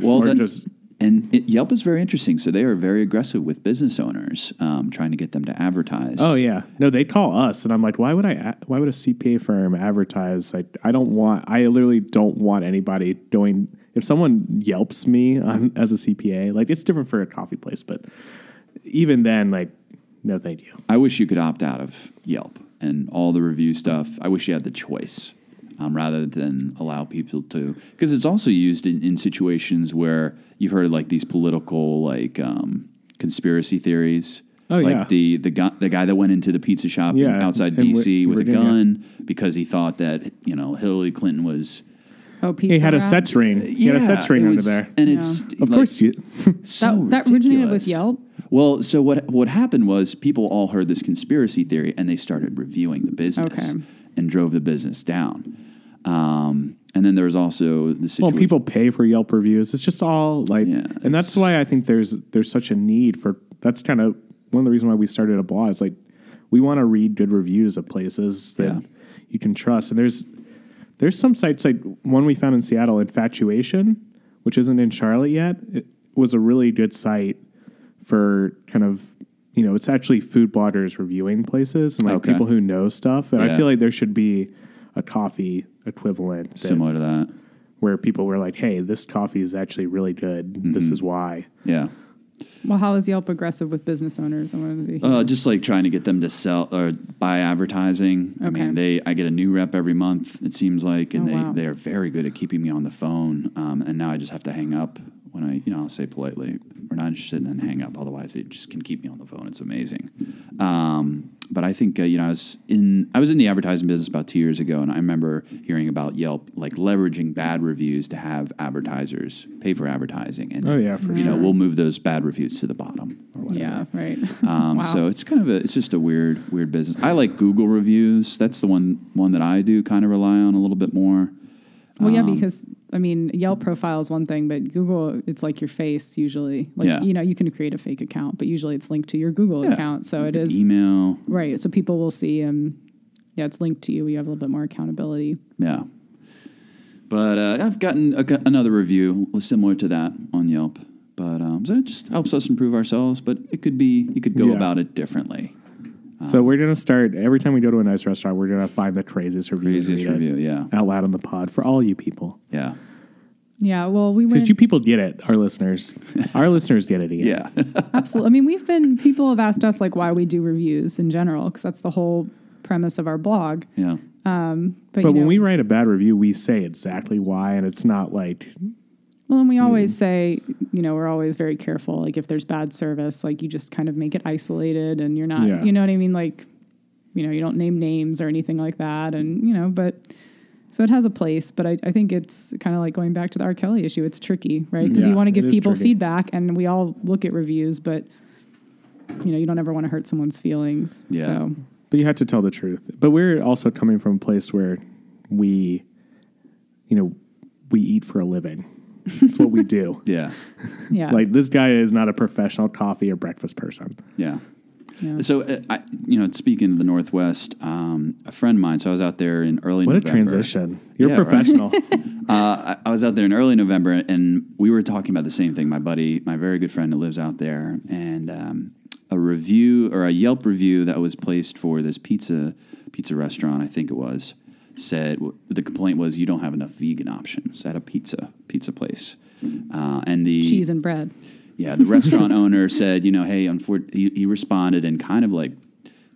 Speaker 3: Well,
Speaker 2: Or
Speaker 3: that-
Speaker 2: just-
Speaker 3: and it, Yelp is very interesting. So they are very aggressive with business owners, um, trying to get them to advertise.
Speaker 2: Oh yeah, no, they call us, and I'm like, why would I? a- Why would a CPA firm advertise? Like, I don't want. I literally don't want anybody doing. If someone yelps me on, as a CPA, like it's different for a coffee place, but even then, like, no, thank you.
Speaker 3: I wish you could opt out of Yelp and all the review stuff. I wish you had the choice um, rather than allow people to, because it's also used in, in situations where you've heard of, like these political like um, conspiracy theories.
Speaker 2: Oh,
Speaker 3: like
Speaker 2: yeah.
Speaker 3: the the guy the guy that went into the pizza shop in-
Speaker 2: Yeah,
Speaker 3: outside
Speaker 2: in Vir-
Speaker 3: D.C. with
Speaker 2: Virginia.
Speaker 3: a gun because he thought that you know Hillary Clinton was
Speaker 1: oh, pizza
Speaker 2: He had a
Speaker 1: wrap.
Speaker 2: set ring. He had a set
Speaker 3: it
Speaker 2: ring under
Speaker 3: was-
Speaker 2: there.
Speaker 3: and
Speaker 1: Yeah.
Speaker 3: it's
Speaker 2: Of
Speaker 3: like,
Speaker 2: course, you.
Speaker 3: so
Speaker 1: That- that originated with
Speaker 3: ridiculous.
Speaker 1: Yelp?
Speaker 3: Well, so what what happened was people all heard this conspiracy theory and they started reviewing the business
Speaker 1: Okay.
Speaker 3: and drove the business down. Um, and then there was also the
Speaker 2: well,
Speaker 3: situation.
Speaker 2: people pay for Yelp reviews. It's just all like,
Speaker 3: Yeah,
Speaker 2: and that's
Speaker 3: it's-
Speaker 2: why I think there's there's such a need for. That's kind of one of the reasons why we started a blog. Is like we want to read good reviews of places that
Speaker 3: Yeah.
Speaker 2: you can trust. And there's there's some sites like one we found in Seattle, Infatuation, which isn't in Charlotte yet. It was a really good site for kind of you know it's actually food bloggers reviewing places and like
Speaker 3: Okay.
Speaker 2: people who know stuff. And I
Speaker 3: Yeah.
Speaker 2: feel like there should be a coffee equivalent that-
Speaker 3: similar to that.
Speaker 2: where people were like, "Hey, this coffee is actually really good. This
Speaker 3: Mm-hmm.
Speaker 2: is why."
Speaker 3: Yeah.
Speaker 1: Well, how is Yelp aggressive with business owners? I wanted to hear.
Speaker 3: Uh, just like trying to get them to sell or buy advertising. I
Speaker 1: Okay.
Speaker 3: mean, they I get a new rep every month. It seems like, and
Speaker 1: Oh,
Speaker 3: they
Speaker 1: wow.
Speaker 3: they are very good at keeping me on the phone. Um, and now I just have to hang up when I you know I'll say politely we're not interested and then hang up. Otherwise, they just can keep me on the phone. It's amazing. Um, but I think uh, you know I was in I was in the advertising business about two years ago, and I remember hearing about Yelp like leveraging bad reviews to have advertisers pay for advertising. And
Speaker 2: Oh, yeah, for
Speaker 3: you know
Speaker 2: sure.
Speaker 3: we'll move those bad reviews to the bottom or whatever.
Speaker 1: yeah, right. [laughs]
Speaker 3: Um,
Speaker 1: wow.
Speaker 3: So it's kind of a, it's just a weird, weird business. I like Google reviews. That's the one, one that I do kind of rely on a little bit more.
Speaker 1: well, yeah,
Speaker 3: um,
Speaker 1: because I mean, Yelp profile is one thing, but Google, it's like your face usually. Like
Speaker 3: Yeah.
Speaker 1: you know, you can create a fake account, but usually it's linked to your Google
Speaker 3: Yeah.
Speaker 1: account, so it is
Speaker 3: Email.
Speaker 1: right. So people will see, um, yeah, it's linked to you. You have a little bit more accountability.
Speaker 3: Yeah. But uh, I've gotten a, another review similar to that on Yelp. But um, so it just helps us improve ourselves. But it could be, you could go
Speaker 2: Yeah.
Speaker 3: about it differently.
Speaker 2: so we're gonna start every time we go to a nice restaurant. We're gonna find the craziest review, and
Speaker 3: Craziest
Speaker 2: read it
Speaker 3: review, yeah,
Speaker 2: out loud on the pod for all you people
Speaker 3: yeah,
Speaker 1: Yeah, well, we went
Speaker 2: because you people get it. Our
Speaker 3: [laughs]
Speaker 2: listeners, our listeners get it. Ian.
Speaker 3: yeah.
Speaker 1: absolutely. I mean, we've been people have asked us like why we do reviews in general because that's the whole premise of our blog.
Speaker 3: [laughs] yeah.
Speaker 1: But,
Speaker 2: But
Speaker 1: you
Speaker 2: when
Speaker 1: know,
Speaker 2: we write a bad review, we say exactly why, and it's not like
Speaker 1: Well, and we
Speaker 2: Hmm.
Speaker 1: always say, you know, we're always very careful. Like if there's bad service, like you just kind of make it isolated and you're not,
Speaker 2: Yeah.
Speaker 1: you know what I mean? Like, you know, you don't name names or anything like that. And, you know, but so it has a place, but I, I think it's kind of like going back to the R. Kelly issue. It's tricky, right? Because
Speaker 2: Mm, Yeah,
Speaker 1: you want to
Speaker 2: it
Speaker 1: give
Speaker 2: is
Speaker 1: people
Speaker 2: tricky.
Speaker 1: feedback and we all look at reviews, but, you know, you don't ever want to hurt someone's feelings.
Speaker 3: Yeah.
Speaker 1: So,
Speaker 2: But you have to tell the truth. But we're also coming from a place where we, you know, we eat for a living. That's what
Speaker 3: [laughs]
Speaker 2: we do.
Speaker 3: Yeah.
Speaker 1: yeah.
Speaker 2: Like this guy is not a professional coffee or breakfast person.
Speaker 3: Yeah.
Speaker 1: Yeah.
Speaker 3: So, uh, I, you know, speaking of the Northwest, um, a friend of mine, so I was out there in early
Speaker 2: What a
Speaker 3: November.
Speaker 2: transition. You're
Speaker 3: Yeah, right.
Speaker 2: professional. [laughs]
Speaker 3: Uh, I, I was out there in early November and we were talking about the same thing. My buddy, my very good friend who lives out there, and um, a review or a Yelp review that was placed for this pizza pizza restaurant, I think it was, said the complaint was you don't have enough vegan options at a pizza pizza place. Uh, and the
Speaker 1: cheese and bread.
Speaker 3: yeah, the restaurant owner said, you know, hey, unfor- he, he responded and kind of like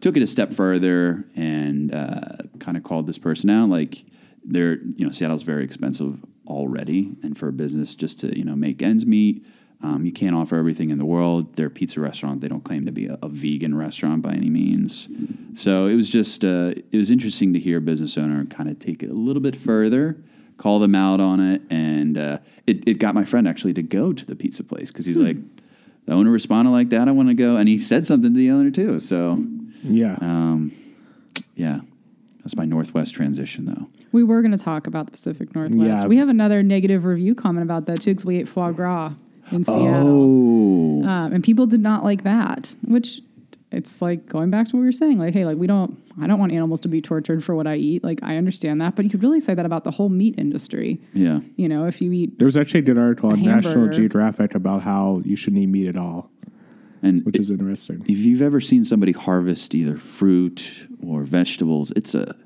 Speaker 3: took it a step further and uh, kind of called this person out. Like, they're, you know, Seattle's very expensive already. And for a business just to, you know, make ends meet, um, you can't offer everything in the world. They're a pizza restaurant. They don't claim to be a, a vegan restaurant by any means. So it was just, uh, it was interesting to hear a business owner kind of take it a little bit further call
Speaker 1: Hmm.
Speaker 3: them out on it and uh, it, it got my friend actually to go to the pizza place because he's like the owner responded like that. I want to go, and he said something to the owner too. So,
Speaker 2: Yeah.
Speaker 3: um, yeah, that's my Northwest transition though.
Speaker 1: We were going to talk about the Pacific Northwest.
Speaker 2: Yeah.
Speaker 1: We have another negative review comment about that too because we ate foie gras in Seattle.
Speaker 3: Oh,
Speaker 1: Um, and people did not like that, which it's like going back to what we were saying like, hey, like we don't, I don't want animals to be tortured for what I eat. Like, I understand that, but you could really say that about the whole meat industry.
Speaker 3: yeah.
Speaker 1: You know, if you eat,
Speaker 2: There was actually an article on National
Speaker 1: hamburger.
Speaker 2: Geographic about how you shouldn't eat meat at all,
Speaker 3: And
Speaker 2: which is interesting.
Speaker 3: if you've ever seen somebody harvest either fruit or vegetables, it's a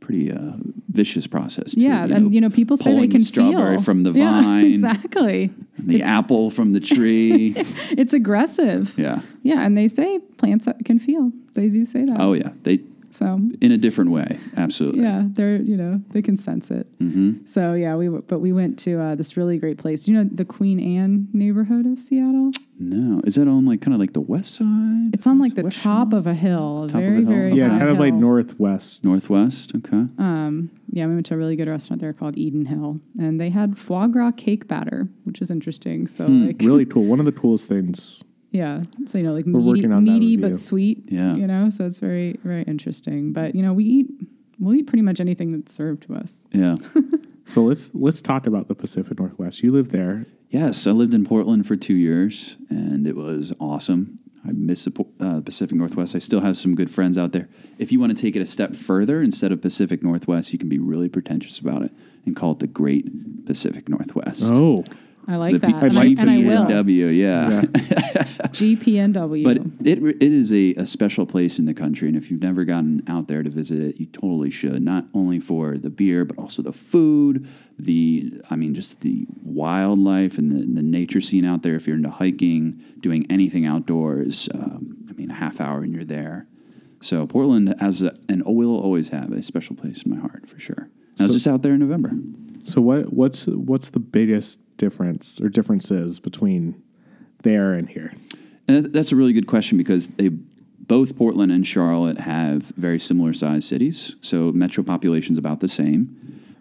Speaker 3: pretty uh, vicious process. Too,
Speaker 1: yeah, and you know, people say they
Speaker 3: pulling
Speaker 1: can
Speaker 3: the strawberry
Speaker 1: feel
Speaker 3: from the
Speaker 1: Yeah, [laughs]
Speaker 3: vine,
Speaker 1: exactly.
Speaker 3: the apple from
Speaker 1: [laughs]
Speaker 3: the tree.
Speaker 1: It's aggressive.
Speaker 3: yeah.
Speaker 1: Yeah, and they say plants can feel. They do say that.
Speaker 3: Oh yeah, they
Speaker 1: So
Speaker 3: in a different way. Absolutely.
Speaker 1: yeah, they're you know they can sense it.
Speaker 2: Mm-hmm.
Speaker 1: So yeah, we w- but we went to uh, this really great place. You know the Queen Anne neighborhood of Seattle.
Speaker 3: No, is that on like kind of like the west side?
Speaker 1: It's on like the
Speaker 3: West
Speaker 1: top of a hill, a
Speaker 3: Top of
Speaker 1: very
Speaker 3: the hill?
Speaker 1: very
Speaker 2: Yeah,
Speaker 1: high
Speaker 2: kind of like
Speaker 1: hill.
Speaker 2: northwest.
Speaker 3: northwest. Okay.
Speaker 1: Um, yeah, we went to a really good restaurant there called Eden Hill, and they had foie gras cake batter, which is interesting. So like
Speaker 2: Hmm, Really cool. One of the coolest things.
Speaker 1: Yeah. So you know, like
Speaker 2: We're
Speaker 1: meaty,
Speaker 2: working on that
Speaker 1: meaty
Speaker 2: review.
Speaker 1: but sweet.
Speaker 3: Yeah.
Speaker 1: You know, so it's very very interesting. But you know, we eat we'll eat pretty much anything that's served to us. [laughs]
Speaker 3: Yeah.
Speaker 2: So let's let's talk about the Pacific Northwest. You live there.
Speaker 3: yes, I lived in Portland for two years, and it was awesome. I miss the Po- uh, Pacific Northwest. I still have some good friends out there. If you want to take it a step further, instead of Pacific Northwest, you can be really pretentious about it and call it the Great Pacific Northwest.
Speaker 2: Oh,
Speaker 1: I like
Speaker 3: The
Speaker 1: that. and,
Speaker 2: like
Speaker 1: I, and I
Speaker 2: to
Speaker 1: will.
Speaker 3: W, yeah.
Speaker 2: [laughs] yeah.
Speaker 1: GPNW.
Speaker 3: But it, it is a, a special place in the country, and if you've never gotten out there to visit it, you totally should. Not only for the beer, but also the food, the I mean, just the wildlife and the, the nature scene out there. If you're into hiking, doing anything outdoors, um, I mean, a half hour and you're there. So Portland has a, and will always have a special place in my heart for sure. And I was
Speaker 2: So-
Speaker 3: just out there in November.
Speaker 2: so what what's what's the biggest difference or differences between there and here?
Speaker 3: And that, that's a really good question because they both Portland and Charlotte have very similar sized cities, so metro population's about the same.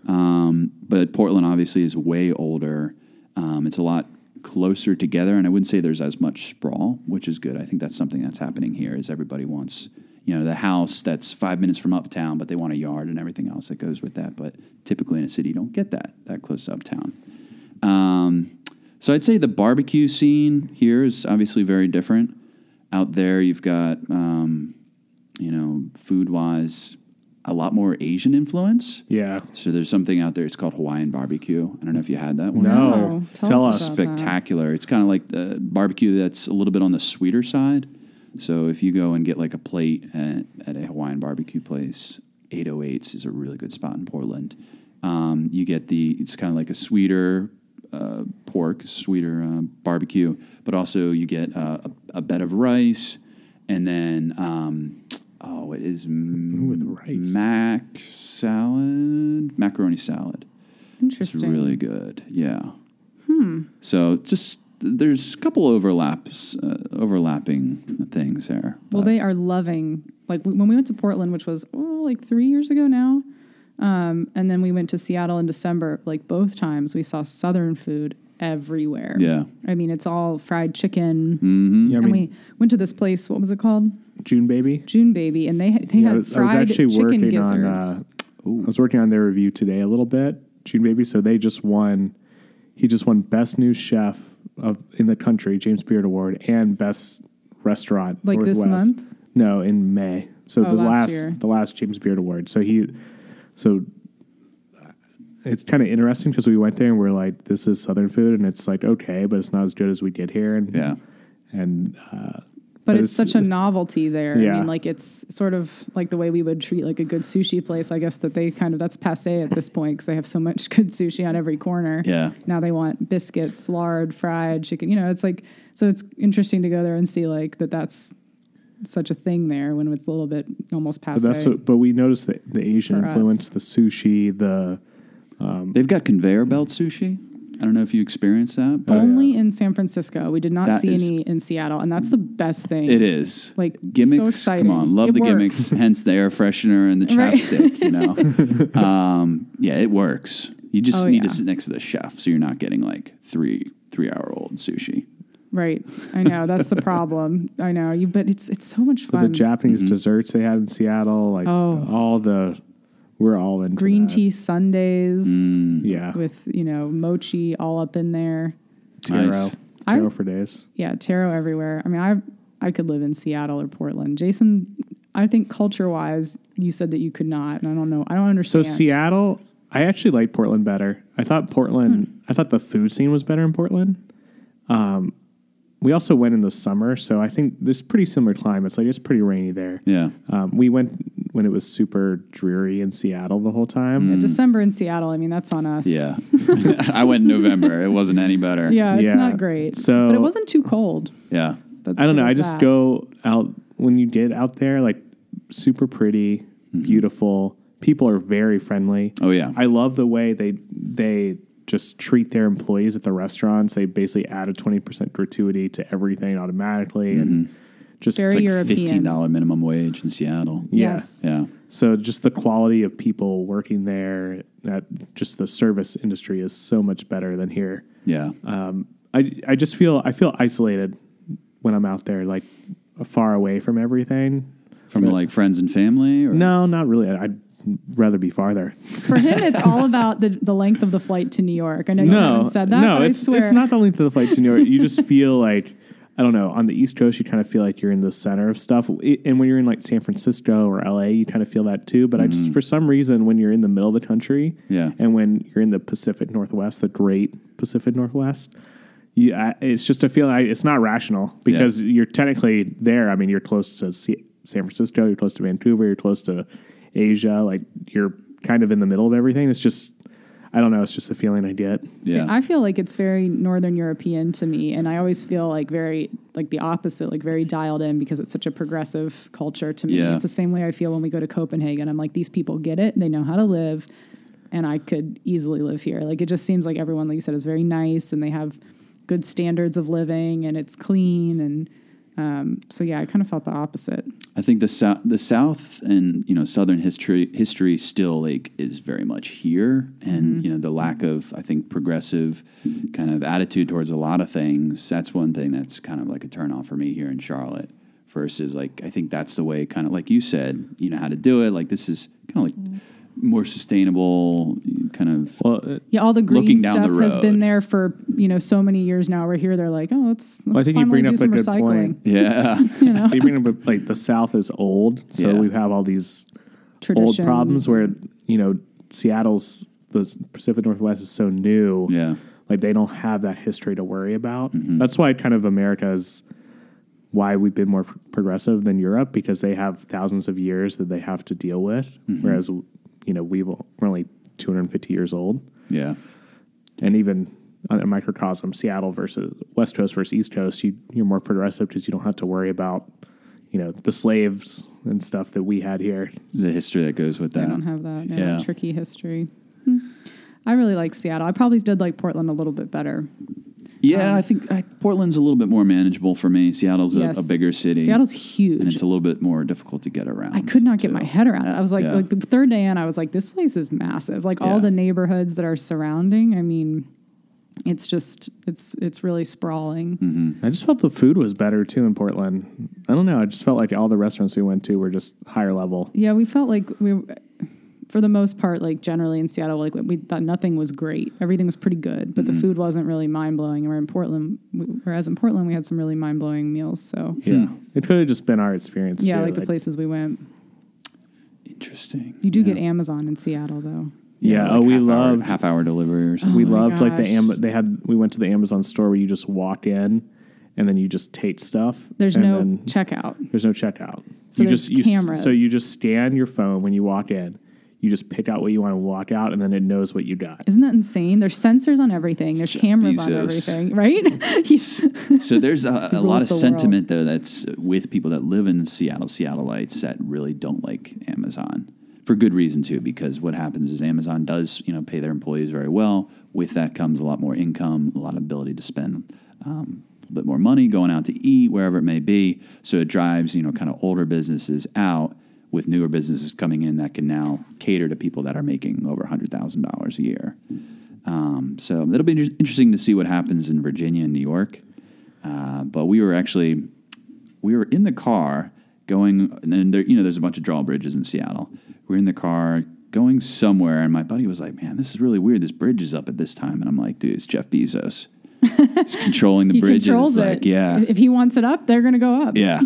Speaker 3: Um, but Portland obviously is way older. Um, it's a lot closer together, and I wouldn't say there's as much sprawl, which is good. I think that's something that's happening here. Is everybody wants you know the house that's five minutes from uptown, but they want a yard and everything else that goes with that. But typically in a city, you don't get that that close to uptown. Um, so I'd say the barbecue scene here is obviously very different. Out there, you've got, um, you know, food wise, a lot more Asian influence.
Speaker 2: Yeah.
Speaker 3: So there's something out there. It's called Hawaiian barbecue. I don't know if you had that one.
Speaker 2: No.
Speaker 1: Wow,
Speaker 2: Tell,
Speaker 1: us
Speaker 2: us.
Speaker 1: about
Speaker 3: Spectacular. It's kind of like the barbecue that's a little bit on the sweeter side. So if you go and get like a plate at, at a Hawaiian barbecue place, 808s is a really good spot in Portland. Um, you get the, it's kind of like a sweeter uh, pork, sweeter uh, barbecue, but also you get uh, a, a bed of rice and then, um, oh, it is
Speaker 2: with
Speaker 3: with
Speaker 2: rice.
Speaker 3: mac salad, macaroni salad.
Speaker 1: Interesting.
Speaker 3: It's really good. Yeah. Hmm. So just there's a couple overlaps, uh, overlapping things there.
Speaker 1: well,
Speaker 3: but-
Speaker 1: they are loving like w- when we went to Portland, which was oh, like three years ago now. Um, and then we went to Seattle in December. Like both times, we saw Southern food everywhere.
Speaker 3: Yeah.
Speaker 1: I mean, it's all fried chicken.
Speaker 2: Yeah, I
Speaker 1: and
Speaker 2: mean,
Speaker 1: we went to this place. What was it called?
Speaker 2: June baby.
Speaker 1: June Baby, and they they
Speaker 2: Yeah, I
Speaker 1: had
Speaker 2: was, I was
Speaker 1: fried
Speaker 2: actually
Speaker 1: chicken
Speaker 2: working
Speaker 1: gizzards.
Speaker 2: on. Uh, I was working on their review today a little bit. June baby. So they just won. He just won best new chef of in the country, James Beard Award, and best restaurant.
Speaker 1: Like this
Speaker 2: Northwest.
Speaker 1: month?
Speaker 2: No, in May. So
Speaker 1: Oh,
Speaker 2: the
Speaker 1: last
Speaker 2: last
Speaker 1: year.
Speaker 2: the last James Beard Award. So he. So it's kind of interesting because we went there and we're like, this is Southern food, and it's like okay, but it's not as good as we get here. And
Speaker 3: Yeah.
Speaker 2: and uh,
Speaker 1: but
Speaker 2: but
Speaker 1: it's,
Speaker 2: it's-
Speaker 1: such a novelty there. I
Speaker 2: Yeah.
Speaker 1: mean, like it's sort of like the way we would treat like a good sushi place. I guess that they kind of that's passe at this point because they have so much [laughs] good sushi on every corner.
Speaker 3: Yeah.
Speaker 1: Now they want biscuits, lard, fried chicken. You know, it's like so. It's interesting to go there and see like that. That's such a thing there when it's a little bit almost passe.
Speaker 2: but that's what, but we noticed the, the Asian
Speaker 1: For us.
Speaker 2: influence, the sushi, the
Speaker 3: They've got conveyor belt sushi. I don't know if you experienced that, but
Speaker 1: Only in San Francisco. We did not
Speaker 3: uh, That
Speaker 1: see
Speaker 3: is-
Speaker 1: any in Seattle, and that's the best thing.
Speaker 3: it is
Speaker 1: Like, so
Speaker 3: gimmicks.
Speaker 1: exciting.
Speaker 3: Come on, love
Speaker 1: It
Speaker 3: the
Speaker 1: works.
Speaker 3: gimmicks. Hence the air freshener and the
Speaker 1: [laughs] Right.
Speaker 3: chapstick. You
Speaker 1: [laughs]
Speaker 3: know. um, yeah, it works. You just
Speaker 1: Oh,
Speaker 3: need
Speaker 1: yeah.
Speaker 3: to sit next to the chef, so you're not getting like three three hour old sushi.
Speaker 1: Right. I know. That's the problem. I know. You but it's it's so much
Speaker 2: But
Speaker 1: fun.
Speaker 2: the
Speaker 3: Mm-hmm.
Speaker 2: Japanese desserts they had in Seattle, like
Speaker 1: Oh.
Speaker 2: all the, we're all in
Speaker 1: Green tea Sundays
Speaker 2: Yeah,
Speaker 1: with, you know, mochi all up in there.
Speaker 2: taro,
Speaker 3: Nice.
Speaker 2: taro
Speaker 1: I-
Speaker 2: for days.
Speaker 1: Yeah, taro everywhere. I mean, I I could live in Seattle or Portland. Jason, I think culture-wise, you said that you could not, and I don't know. I don't
Speaker 2: So
Speaker 1: understand.
Speaker 2: Seattle, I actually like Portland better. I thought Portland, I thought the food scene was better in Portland. Um, we also went in the summer, so I think there's pretty similar climates. Like it's pretty rainy there.
Speaker 3: Yeah.
Speaker 2: Um, we went when it was super dreary in Seattle the whole time.
Speaker 1: December in Seattle, I mean, that's on us. [laughs]
Speaker 3: Yeah. [laughs] I went in November. It wasn't any better.
Speaker 1: Yeah, it's
Speaker 2: Yeah.
Speaker 1: not great.
Speaker 2: So-
Speaker 1: but it wasn't too cold.
Speaker 3: Yeah.
Speaker 1: But
Speaker 2: I don't
Speaker 1: so
Speaker 2: know. I
Speaker 1: there's
Speaker 2: just
Speaker 1: that.
Speaker 2: go out when you get out there, like super pretty, beautiful. People are very friendly.
Speaker 3: Oh, yeah.
Speaker 2: I love the way they they just treat their employees at the restaurants. They basically add a twenty percent gratuity to everything automatically, and just
Speaker 1: Very
Speaker 2: it's like-
Speaker 1: European.
Speaker 3: Fifteen dollar minimum wage in Seattle.
Speaker 2: yeah.
Speaker 1: Yes.
Speaker 3: Yeah.
Speaker 2: So just the quality of people working there, that just the service industry is so much better than here.
Speaker 3: Yeah.
Speaker 2: um, I I just feel I feel isolated when I'm out there, like far away from everything.
Speaker 3: From like friends and family or
Speaker 2: No, not really. I'd rather be farther.
Speaker 1: For him, it's all about the, the length of the flight to New York. I know you
Speaker 2: no,
Speaker 1: haven't said that,
Speaker 2: no,
Speaker 1: but
Speaker 2: it's
Speaker 1: I swear.
Speaker 2: it's not the length of the flight to New York.
Speaker 1: [laughs]
Speaker 2: You just feel like I don't know. On the East Coast, you kind of feel like you're in the center of stuff, I- and when you're in like San Francisco or LA, you kind of feel that too. But I
Speaker 1: Mm.
Speaker 2: just for some reason, when you're in the middle of the country,
Speaker 3: Yeah.
Speaker 2: and when you're in the Pacific Northwest, the Great Pacific Northwest. You, I, it's just a feeling. I, it's not rational because you're technically there. I mean, you're close to C- San Francisco, you're close to Vancouver, you're close to Asia. Like you're kind of in the middle of everything. It's just, I don't know. It's just the feeling I get.
Speaker 3: Yeah.
Speaker 1: I feel like it's very Northern European to me, and I always feel like very like the opposite, like very dialed in because it's such a progressive culture to me.
Speaker 3: Yeah.
Speaker 1: It's the same way I feel when we go to Copenhagen. I'm like, these people get it; they know how to live, and I could easily live here. Like it just seems like everyone, like you said, is very nice, and they have good standards of living, and it's clean, and um, so yeah, I kind of felt the opposite.
Speaker 3: I think the South, the South, and you know, Southern history history still like is very much here, and
Speaker 2: Mm-hmm.
Speaker 3: you know, the lack of I think progressive kind of attitude towards a lot of things. That's one thing that's kind of like a turnoff for me here in Charlotte. Versus like I think that's the way kind of like you said, you know how to do it. Like this is kind of like more sustainable, kind of
Speaker 2: Mm-hmm. Well, uh,
Speaker 1: Yeah, all the green
Speaker 3: Looking down
Speaker 1: stuff
Speaker 3: the
Speaker 1: has
Speaker 3: road.
Speaker 1: been there for you know so many years now. We're here. They're like, oh, let's, let's
Speaker 2: I think you
Speaker 1: finally
Speaker 2: bring
Speaker 1: do
Speaker 2: up a
Speaker 1: some
Speaker 2: good
Speaker 1: recycling.
Speaker 2: point.
Speaker 3: yeah, [laughs]
Speaker 2: [laughs] you bring up like the South is old, so
Speaker 3: Yeah.
Speaker 2: we have all these old
Speaker 1: Tradition.
Speaker 2: problems where you know Seattle's the Pacific Northwest is so new.
Speaker 3: yeah,
Speaker 2: Like they don't have that history to worry about. That's why kind of America is why we've been more pr- progressive than Europe because they have thousands of years that they have to deal with, whereas you know we've, we're only 250 years old,
Speaker 3: yeah,
Speaker 2: and even on a microcosm, Seattle versus West Coast versus East Coast, you you're more progressive because you don't have to worry about you know the slaves and stuff that we had here.
Speaker 3: the history that goes with that.
Speaker 1: I don't have that. No,
Speaker 3: Yeah.
Speaker 1: tricky history. Hmm. I really like Seattle. I probably did like Portland a little bit better. Um,
Speaker 3: Yeah, I think I, Portland's a little bit more manageable for me. Seattle's a,
Speaker 1: Yes.
Speaker 3: a bigger city.
Speaker 1: Seattle's
Speaker 3: and
Speaker 1: huge.
Speaker 3: it's a little bit more difficult to get around.
Speaker 1: I could not get my head around it. I was like,
Speaker 3: Yeah.
Speaker 1: like the third day in, I was like, this place is massive. Like all
Speaker 3: Yeah.
Speaker 1: the neighborhoods that are surrounding. I mean, it's just it's it's really sprawling.
Speaker 3: Mm-hmm.
Speaker 2: I just felt the food was better too in Portland. I don't know. I just felt like all the restaurants we went to were just higher level.
Speaker 1: Yeah, we felt like we, for the most part, like generally in Seattle, like we thought nothing was great. Everything was pretty good, but
Speaker 3: Mm-hmm.
Speaker 1: the food wasn't really mind blowing. Where in Portland, whereas in Portland, we had some really mind blowing meals. So yeah,
Speaker 2: Yeah, Hmm. it could have just been our experience. too.
Speaker 1: like, the places we went.
Speaker 3: Interesting.
Speaker 1: You do get Amazon in Seattle though.
Speaker 2: Yeah.
Speaker 3: like
Speaker 2: oh, we
Speaker 3: half hour-
Speaker 2: loved.
Speaker 3: half hour delivery or something.
Speaker 2: we
Speaker 1: my
Speaker 2: loved like the
Speaker 1: gosh.
Speaker 2: Am- They had. We went to the Amazon store where you just walk in, and then you just take stuff.
Speaker 1: There's
Speaker 2: and
Speaker 1: no
Speaker 2: then
Speaker 1: checkout.
Speaker 2: There's no checkout.
Speaker 1: So
Speaker 2: you
Speaker 1: there's
Speaker 2: just you, s-
Speaker 1: cameras.
Speaker 2: So you just scan your phone when you walk in. You just pick out what you want to walk out, and then it knows what you got.
Speaker 1: Isn't that insane? There's sensors on everything. There's cameras on
Speaker 3: Bezos.
Speaker 1: everything, right? [laughs] He's
Speaker 3: [laughs] so there's a, a
Speaker 1: rules
Speaker 3: lot of
Speaker 1: the world.
Speaker 3: sentiment though that's with people that live in Seattle, Seattleites that really don't like Amazon for good reason too. Because what happens is Amazon does you know pay their employees very well. With that comes a lot more income, a lot of ability to spend. Um, a little bit more money going out to eat wherever it may be so it drives you know kind of older businesses out with newer businesses coming in that can now cater to people that are making over $100000 a year um, so it'll be inter- interesting to see what happens in virginia and new york Uh, but we were actually we were in the car going, and there, you know, there's a bunch of drawbridges in Seattle. We are in the car going somewhere, and my buddy was like, "Man, this is really weird. This bridge is up at this time." And I'm like, "Dude, it's Jeff Bezos.
Speaker 1: [laughs]
Speaker 3: He's controlling the
Speaker 1: He
Speaker 3: bridges.
Speaker 1: controls it. [laughs]
Speaker 3: like, yeah,
Speaker 1: If he wants it up, they're going to go up. [laughs]
Speaker 3: yeah."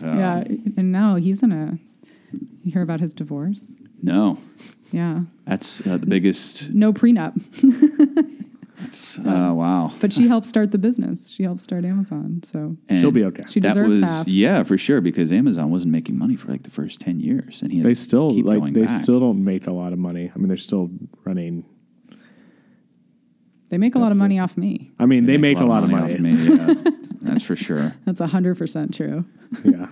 Speaker 3: So,
Speaker 1: Yeah. And now he's in a. You hear about his divorce?
Speaker 3: No,
Speaker 1: Yeah.
Speaker 3: that's uh, the biggest.
Speaker 1: No prenup.
Speaker 3: That's, uh, wow.
Speaker 1: But she helped start the business. She helped start Amazon. So
Speaker 3: And
Speaker 2: She'll be okay.
Speaker 1: She
Speaker 3: that
Speaker 1: deserves
Speaker 3: was
Speaker 1: half.
Speaker 3: yeah for sure because Amazon wasn't making money for like the first ten years, and he had
Speaker 2: They
Speaker 3: to
Speaker 2: still
Speaker 3: keep
Speaker 2: like
Speaker 3: going
Speaker 2: they
Speaker 3: back.
Speaker 2: still don't make a lot of money. I mean, they're still running.
Speaker 1: they make a lot of
Speaker 2: Deficits.
Speaker 1: money off me.
Speaker 2: I mean, they, make, a lot of money.
Speaker 3: off me,
Speaker 1: [laughs]
Speaker 3: yeah. that's for sure.
Speaker 1: That's 100% true.
Speaker 2: yeah.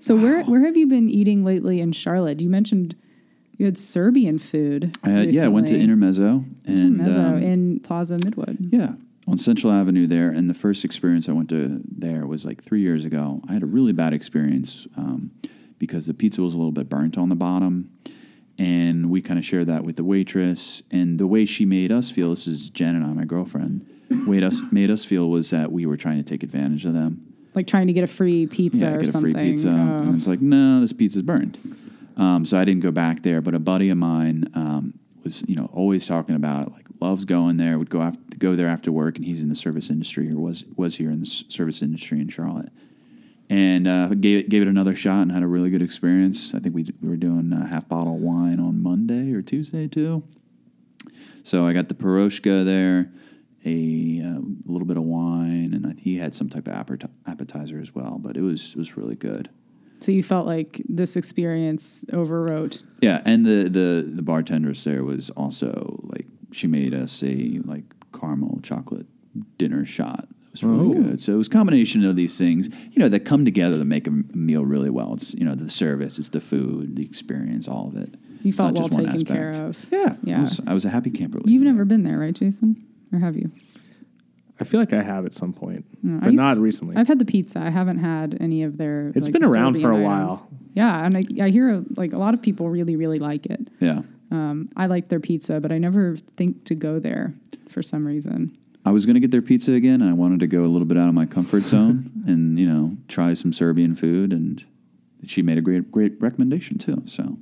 Speaker 1: So where where have you been eating lately in Charlotte? You mentioned you had Serbian food.
Speaker 3: Uh, yeah, I went to
Speaker 1: recently.
Speaker 3: Intermezzo and
Speaker 1: Mezzo
Speaker 3: um,
Speaker 1: in Plaza Midwood.
Speaker 3: yeah on Central Avenue there. And the first experience I went to there was like three years ago. I had a really bad experience um, because the pizza was a little bit burnt on the bottom, and we kind of shared that with the waitress. And the way she made us feel, this is Jen and I, my girlfriend, made us made us feel was that we were trying to take advantage of them.
Speaker 1: Like trying to get a free pizza
Speaker 3: yeah,
Speaker 1: or
Speaker 3: get a
Speaker 1: something. Oh.
Speaker 3: free pizza. And it's like, no, this pizza's burned. Um, so I didn't go back there. But a buddy of mine um, was, you know, always talking about it. Like loves going there. Would go after, go there after work, and he's in the service industry or was was here in the s- service industry in Charlotte. And uh, gave it gave it another shot and had a really good experience. I think we, d- we were doing a half bottle of wine on Monday or Tuesday too. So I got the piroshka there, a uh, little bit of wine, and I, he had some type of appet- appetizer as well. But it was it was really good.
Speaker 1: so you felt like this experience overwrote.
Speaker 3: Yeah, and the the the bartenders there was also like she made us a like caramel chocolate dinner shot. It was really
Speaker 1: Oh.
Speaker 3: good. So it was a combination of these things, you know, that come together to make a m- meal really well. It's you know the service, it's the food, the experience, all of it.
Speaker 1: You
Speaker 3: It's
Speaker 1: felt
Speaker 3: not
Speaker 1: well
Speaker 3: just one
Speaker 1: taken care of.
Speaker 3: aspect. Yeah,
Speaker 1: Yeah.
Speaker 3: I was, I was a happy camper.
Speaker 1: You've never been there, right, Jason? Or have you?
Speaker 2: I feel like I have at some point,
Speaker 1: I
Speaker 2: but
Speaker 1: used-
Speaker 2: not recently.
Speaker 1: I've had the pizza. I haven't had any of their.
Speaker 2: It's
Speaker 1: It's
Speaker 2: been around for a while.
Speaker 1: Yeah, and I, I hear like a lot of people really really like it.
Speaker 3: yeah.
Speaker 1: Um, I like their pizza, but I never think to go there for some reason.
Speaker 3: I was going to get their pizza again, and I wanted to go a little bit out of my
Speaker 2: [laughs]
Speaker 3: comfort zone and you know try some Serbian food. And she made a great great recommendation too. So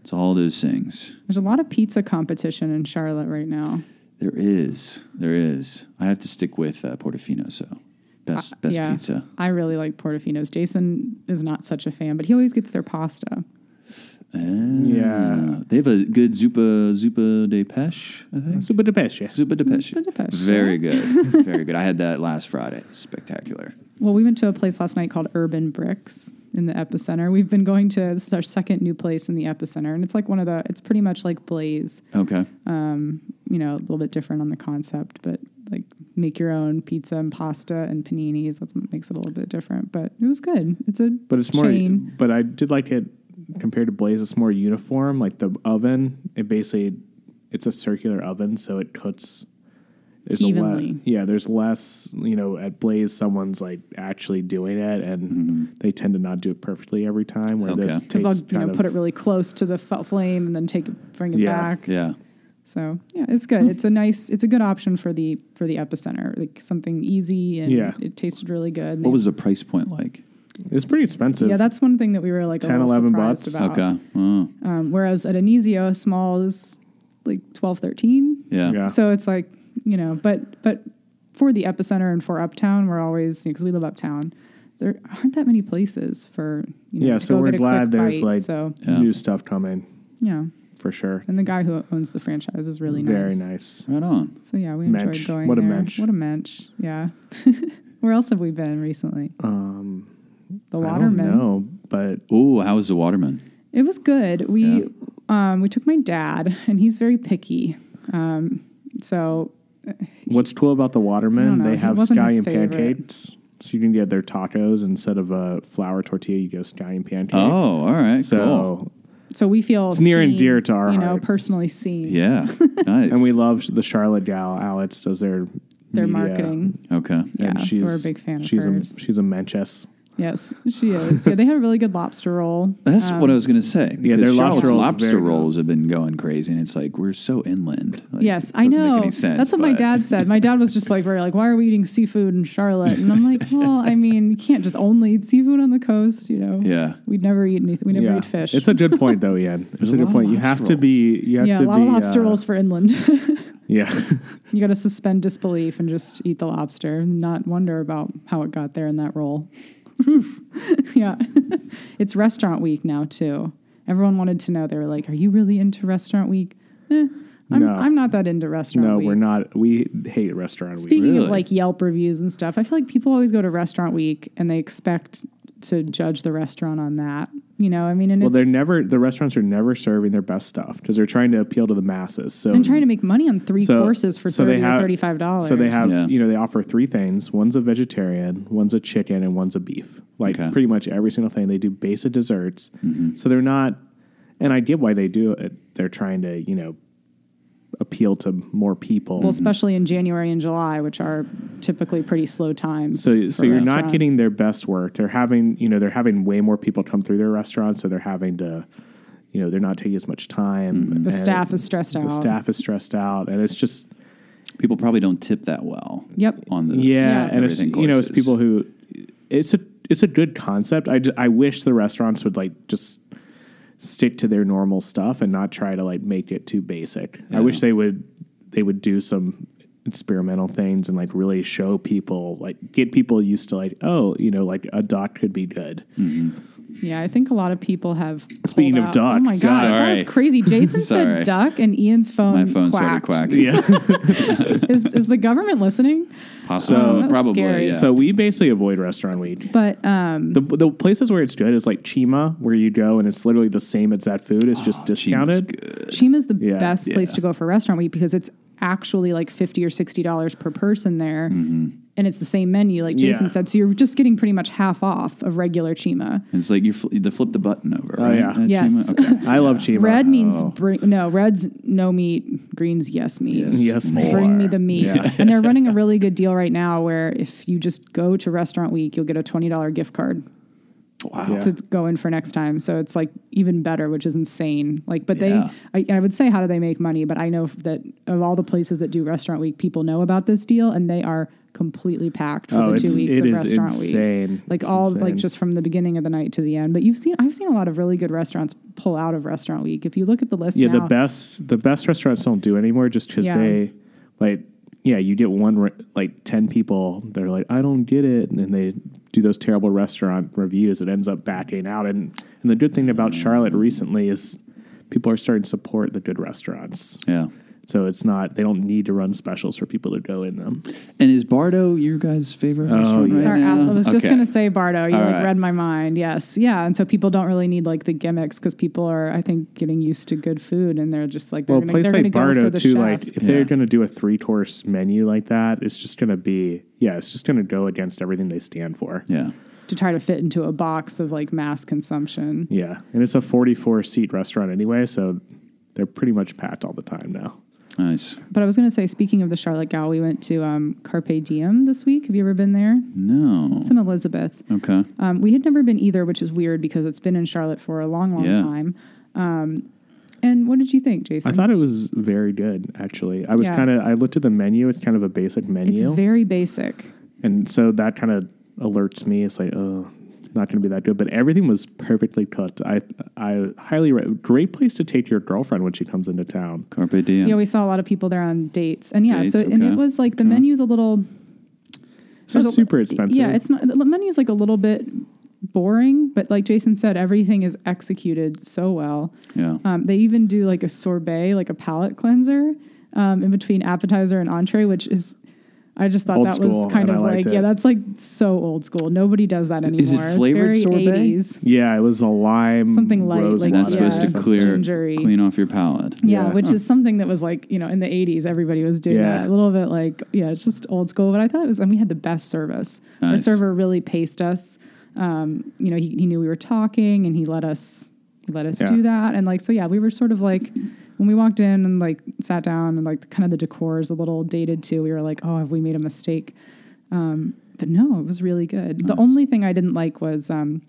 Speaker 3: it's all those things.
Speaker 1: There's a lot of pizza competition in Charlotte right now.
Speaker 3: There is, there is. I have to stick with uh, Portofino. So best best
Speaker 1: Uh, yeah,
Speaker 3: pizza.
Speaker 1: I really like Portofino's. Jason is not such a fan, but he always gets their pasta.
Speaker 3: Ah,
Speaker 2: Yeah.
Speaker 3: they have a good zuppa zuppa de pesh. I think
Speaker 2: Super Depeche.
Speaker 3: zuppa de pesh.
Speaker 1: Zuppa de peche, [laughs]
Speaker 3: Very good, very good. I had that last Friday. Spectacular.
Speaker 1: Well, we went to a place last night called Urban Bricks in the Epicenter. We've been going to this is our second new place in the Epicenter, and it's like one of the. It's pretty much like Blaze.
Speaker 3: Okay.
Speaker 1: you know, a little bit different on the concept, but like make your own pizza and pasta and paninis. That's what makes it a little bit different. But it was good. It's a
Speaker 2: But it's more.
Speaker 1: chain.
Speaker 2: But I did like it compared to Blaze. It's more uniform. Like the oven, it basically it's a circular oven, so it cooks. There's A
Speaker 1: Evenly.
Speaker 2: le- yeah, there's less. You know, at Blaze, someone's like actually doing it, and they tend to not do it perfectly every time. Where
Speaker 3: Mm-hmm. Okay.
Speaker 2: this
Speaker 3: 'Cause
Speaker 2: takes
Speaker 1: because I'll you know
Speaker 2: kind of-
Speaker 1: put it really close to the f- flame and then take it, bring it
Speaker 2: Yeah.
Speaker 1: back.
Speaker 3: Yeah.
Speaker 1: So yeah, it's
Speaker 2: Hmm.
Speaker 1: good. It's a nice, it's a good option for the for the epicenter, like something easy and
Speaker 2: Yeah.
Speaker 1: it tasted really good.
Speaker 3: What was the price point like?
Speaker 2: it's pretty expensive.
Speaker 1: yeah, that's one thing that we were like
Speaker 2: 10,
Speaker 1: a little
Speaker 2: 11
Speaker 1: surprised
Speaker 2: bucks?
Speaker 1: about.
Speaker 3: Okay. Oh,
Speaker 1: Um, whereas at Anizio, small is like 12, 13.
Speaker 2: Yeah.
Speaker 1: So it's like, you know, but but for the epicenter and for uptown, we're always because we live uptown. There aren't that many places for you know.
Speaker 2: yeah.
Speaker 1: to
Speaker 2: So
Speaker 1: go
Speaker 2: we're
Speaker 1: get a quick
Speaker 2: glad there's
Speaker 1: bite.
Speaker 2: like
Speaker 1: so
Speaker 3: Yeah.
Speaker 2: new stuff coming
Speaker 1: yeah.
Speaker 2: for sure.
Speaker 1: And the guy who owns the franchise is really
Speaker 2: Very
Speaker 1: nice.
Speaker 2: nice.
Speaker 3: Right on.
Speaker 1: So yeah, we enjoyed
Speaker 2: Mensch.
Speaker 1: going
Speaker 2: What a
Speaker 1: there.
Speaker 2: mensch.
Speaker 1: What a mensch. Yeah. [laughs] Where else have we been recently?
Speaker 2: Um,
Speaker 1: The
Speaker 2: I don't
Speaker 1: Waterman.
Speaker 2: know, but
Speaker 3: Oh, how was the waterman?
Speaker 1: It was good. We um, we took my dad, and he's very picky. Um, so
Speaker 2: What's cool about the
Speaker 1: don't
Speaker 2: Watermen?
Speaker 1: know.
Speaker 2: They
Speaker 1: He
Speaker 2: have
Speaker 1: wasn't his
Speaker 2: scallion
Speaker 1: favorite.
Speaker 2: pancakes. So you can get their tacos instead of a flour tortilla, you get a scallion pancake.
Speaker 3: Oh, all right.
Speaker 2: so
Speaker 3: cool.
Speaker 1: so we feel
Speaker 2: It's near and
Speaker 1: seen,
Speaker 2: dear to our
Speaker 1: you know
Speaker 2: heart.
Speaker 1: personally seen.
Speaker 3: yeah,
Speaker 2: [laughs]
Speaker 3: nice.
Speaker 2: and we love the Charlotte gal. Alex does their
Speaker 1: Their
Speaker 2: media,
Speaker 1: marketing.
Speaker 3: okay.
Speaker 1: Yeah,
Speaker 2: and
Speaker 1: so
Speaker 2: she's
Speaker 1: we're a big fan of
Speaker 2: she's
Speaker 1: hers.
Speaker 2: A, she's a Menchess.
Speaker 1: Yes, she is. Yeah, they had a really good lobster
Speaker 2: [laughs]
Speaker 1: roll.
Speaker 3: That's what I was gonna say.
Speaker 2: yeah,
Speaker 3: because
Speaker 2: their lobster rolls
Speaker 3: Charlotte's
Speaker 2: are
Speaker 3: lobster
Speaker 2: very good.
Speaker 3: rolls have been going crazy, and it's like we're so inland. Like,
Speaker 1: yes,
Speaker 3: it
Speaker 1: I
Speaker 3: doesn't
Speaker 1: know.
Speaker 3: Make any sense,
Speaker 1: That's what my
Speaker 3: but-
Speaker 1: dad said. My dad was just like very like, why are we eating seafood in Charlotte? And I'm
Speaker 2: [laughs]
Speaker 1: like, well, I mean, you can't just only eat seafood on the coast, you know.
Speaker 3: Yeah.
Speaker 1: We'd never eat anything. We never eat fish.
Speaker 2: It's a good point though, Ian. It's
Speaker 3: a
Speaker 2: a good
Speaker 3: lot of
Speaker 2: point. You
Speaker 3: lobster
Speaker 2: have to be you have
Speaker 1: yeah,
Speaker 2: to
Speaker 1: a lot
Speaker 2: be
Speaker 1: of lobster
Speaker 2: uh,
Speaker 1: rolls for inland.
Speaker 2: [laughs]
Speaker 1: [laughs]
Speaker 2: Yeah.
Speaker 1: you got to suspend disbelief and just eat the lobster, and not wonder about how it got there in that roll. [laughs] yeah, [laughs] it's restaurant week now too. Everyone wanted to know. They were like, "Are you really into restaurant week?" Eh, I'm,
Speaker 2: No.
Speaker 1: I'm not that into restaurant.
Speaker 2: no,
Speaker 1: week.
Speaker 2: we're not we hate restaurant week.
Speaker 1: Speaking of
Speaker 3: Really?
Speaker 1: like Yelp reviews and stuff, I feel like people always go to Restaurant Week and they expect to judge the restaurant on that. You know, I mean, and
Speaker 2: Well,
Speaker 1: it's,
Speaker 2: they're never the restaurants are never serving their best stuff because they're trying to appeal to the masses. So
Speaker 1: I'm trying to make money on three
Speaker 2: so-
Speaker 1: courses for
Speaker 2: so they
Speaker 1: thirty
Speaker 2: have-
Speaker 1: or thirty-five dollars.
Speaker 2: So they have,
Speaker 3: Yeah.
Speaker 2: you know, they offer three things. One's a vegetarian, one's a chicken, and one's a beef. Like
Speaker 3: Okay. Mm-hmm.
Speaker 2: pretty much every single thing. They do basic desserts. So they're not, and I get why they do it. They're trying to, you know, appeal to more people.
Speaker 1: well, especially in January and July, which are typically pretty slow times.
Speaker 2: so, so
Speaker 1: for
Speaker 2: you're not getting
Speaker 1: restaurants.
Speaker 2: their best work. They're having, you know, they're having way more people come through their restaurants, so they're having to, you know, they're not taking as much time.
Speaker 3: Mm-hmm.
Speaker 1: The
Speaker 2: and
Speaker 1: staff is stressed
Speaker 2: uh, The
Speaker 1: out.
Speaker 2: staff is stressed out, and it's just
Speaker 3: People probably don't tip that well.
Speaker 1: Yep.
Speaker 3: On the
Speaker 2: yeah, and it's
Speaker 3: everything
Speaker 2: you know it's
Speaker 3: courses.
Speaker 2: people who it's a it's a good concept I, ju- I wish the restaurants would like just stick to their normal stuff and not try to like make it too basic i wish they would they would do some experimental things and like really show people like get people used to like oh you know like a duck could be good
Speaker 3: Mm.
Speaker 1: Yeah, I think a lot of people have.
Speaker 2: Speaking
Speaker 1: pulled
Speaker 2: of
Speaker 1: out-
Speaker 2: duck,
Speaker 1: oh my gosh, that was
Speaker 3: Sorry. [laughs]
Speaker 1: crazy. Jason
Speaker 3: Sorry.
Speaker 1: said duck, and Ian's phone.
Speaker 3: My phone started
Speaker 1: quacked.
Speaker 3: quacking.
Speaker 2: yeah
Speaker 1: Is, is the government listening?
Speaker 3: Possibly.
Speaker 2: So-
Speaker 1: that's
Speaker 3: probably.
Speaker 1: scary.
Speaker 3: Yeah.
Speaker 2: [laughs] so we basically avoid restaurant week
Speaker 1: But um,
Speaker 2: the, the places where it's good is like Chima, where you go and it's literally the same as that food. It's
Speaker 3: Ah,
Speaker 2: just discounted.
Speaker 1: Chima's the
Speaker 2: Yeah.
Speaker 1: best place
Speaker 3: Yeah.
Speaker 1: to go for restaurant week because it's actually like fifty or sixty dollars per person there, and it's the same menu, like Jason
Speaker 2: Mm-hmm. Yeah.
Speaker 1: said. So you're just getting pretty much half off of regular Chima.
Speaker 3: It's like you fl- the flip the button over. right?
Speaker 2: Oh, yeah.
Speaker 3: That
Speaker 1: Yes.
Speaker 3: Chima?
Speaker 1: [laughs]
Speaker 3: Okay.
Speaker 2: I love Chima.
Speaker 1: Red means bring no. Red's no meat. Green's yes meat.
Speaker 3: Yes.
Speaker 2: Yes, more.
Speaker 1: Bring me the meat. and they're running a really good deal right now where if you just go to Restaurant Week, you'll get a $20 gift card
Speaker 3: Wow.
Speaker 2: Yeah.
Speaker 1: to go in for next time. So it's like even better, which is insane. Like, but
Speaker 3: Yeah.
Speaker 1: they, I, I would say, how do they make money? But I know that of all the places that do Restaurant Week, people know about this deal and they are completely packed for
Speaker 2: Oh,
Speaker 1: the
Speaker 2: it's-
Speaker 1: two weeks
Speaker 2: it
Speaker 1: of
Speaker 2: is
Speaker 1: Restaurant Week.
Speaker 2: insane.
Speaker 1: Like
Speaker 2: It's
Speaker 1: all, like
Speaker 2: insane.
Speaker 1: just from the beginning of the night to the end. But you've seen, I've seen a lot of really good restaurants pull out of Restaurant Week. If you look at the list
Speaker 2: Yeah,
Speaker 1: now,
Speaker 2: the best the best restaurants don't do anymore just because
Speaker 1: Yeah.
Speaker 2: they like yeah you get one re- like ten people they're like I don't get it and then they do those terrible restaurant reviews it ends up backing out and and the good thing about Charlotte recently is people are starting to support the good restaurants
Speaker 3: Yeah.
Speaker 2: so it's not they don't need to run specials for people to go in them
Speaker 3: And is Bardo your guys' favorite? restaurant
Speaker 2: yeah.
Speaker 1: It's
Speaker 3: right
Speaker 1: our
Speaker 3: now?
Speaker 1: apps. I was just
Speaker 3: Okay.
Speaker 1: gonna say Bardo. You
Speaker 3: All
Speaker 1: like
Speaker 3: right.
Speaker 1: read my mind. Yes, yeah. And so people don't really need like the gimmicks because people are, I think, getting used to good food and they're just like they're
Speaker 2: well a
Speaker 1: gonna,
Speaker 2: place
Speaker 1: they're
Speaker 2: like
Speaker 1: gonna go
Speaker 2: Bardo
Speaker 1: for the
Speaker 2: too
Speaker 1: chef.
Speaker 2: like if they're
Speaker 3: Yeah.
Speaker 2: gonna do a three course menu like that it's just gonna be yeah it's just gonna go against everything they stand for
Speaker 3: Yeah.
Speaker 1: to try to fit into a box of like mass consumption.
Speaker 2: Yeah, and it's a 44 seat restaurant anyway, so they're pretty much packed all the time now.
Speaker 3: Nice.
Speaker 1: But I was gonna say, speaking of the Charlotte Gal, we went to um, Carpe Diem this week. Have you ever been there?
Speaker 3: No.
Speaker 1: It's in Elizabeth.
Speaker 3: Okay.
Speaker 1: Um, we had never been either, which is weird because it's been in Charlotte for a long, long
Speaker 3: Yeah.
Speaker 1: time. Um, and what did you think, Jason?
Speaker 2: I thought it was very good actually. I was
Speaker 1: Yeah.
Speaker 2: kind of I looked at the menu, it's kind of a basic
Speaker 1: it's
Speaker 2: menu.
Speaker 1: very basic.
Speaker 2: and so that kind of alerts me. It's like, oh, not going to be that good, but everything was perfectly cooked. I I highly re- great place to take your girlfriend when she comes into town.
Speaker 3: Carpe diem.
Speaker 1: Yeah, we saw a lot of people there on dates, and yeah,
Speaker 3: Dates,
Speaker 1: so and
Speaker 3: okay.
Speaker 1: it was like the menu's a little.
Speaker 2: It's not
Speaker 1: there's a-
Speaker 2: super expensive.
Speaker 1: Yeah, it's not. The menu's like a little bit boring, but like Jason said, everything is executed so well.
Speaker 3: yeah.
Speaker 1: Um, they even do like a sorbet, like a palate cleanser, um, in between appetizer and entree, which is. I just thought
Speaker 2: Old
Speaker 1: that was
Speaker 2: school,
Speaker 1: kind
Speaker 2: and
Speaker 1: of
Speaker 2: I liked
Speaker 1: like,
Speaker 2: it.
Speaker 1: yeah, that's like so old school. Nobody does that anymore.
Speaker 3: Is it
Speaker 1: It's
Speaker 3: flavored
Speaker 1: very
Speaker 3: sorbet?
Speaker 1: 80s.
Speaker 2: yeah, it was a lime
Speaker 1: Something light,
Speaker 2: rose
Speaker 1: like,
Speaker 3: and
Speaker 2: water.
Speaker 3: that's
Speaker 1: yeah.
Speaker 3: supposed to clear,
Speaker 1: Gingery.
Speaker 3: clean off your palate.
Speaker 1: Yeah,
Speaker 2: Yeah.
Speaker 1: which is something that was like, you know, in the 80s, everybody was doing
Speaker 2: Yeah.
Speaker 1: that. A little bit like, yeah, it's just old school. But I thought it was, and we had the best service. Our
Speaker 3: Nice.
Speaker 1: server really paced us. Um, you know, he, he knew we were talking and he let us, he let us
Speaker 2: Yeah.
Speaker 1: do that. And like, so yeah, we were sort of like, when we walked in and like sat down and like kind of the decor is a little dated too, we were like, oh, have we made a mistake? Um, but no, it was really good. The only thing I didn't like was um,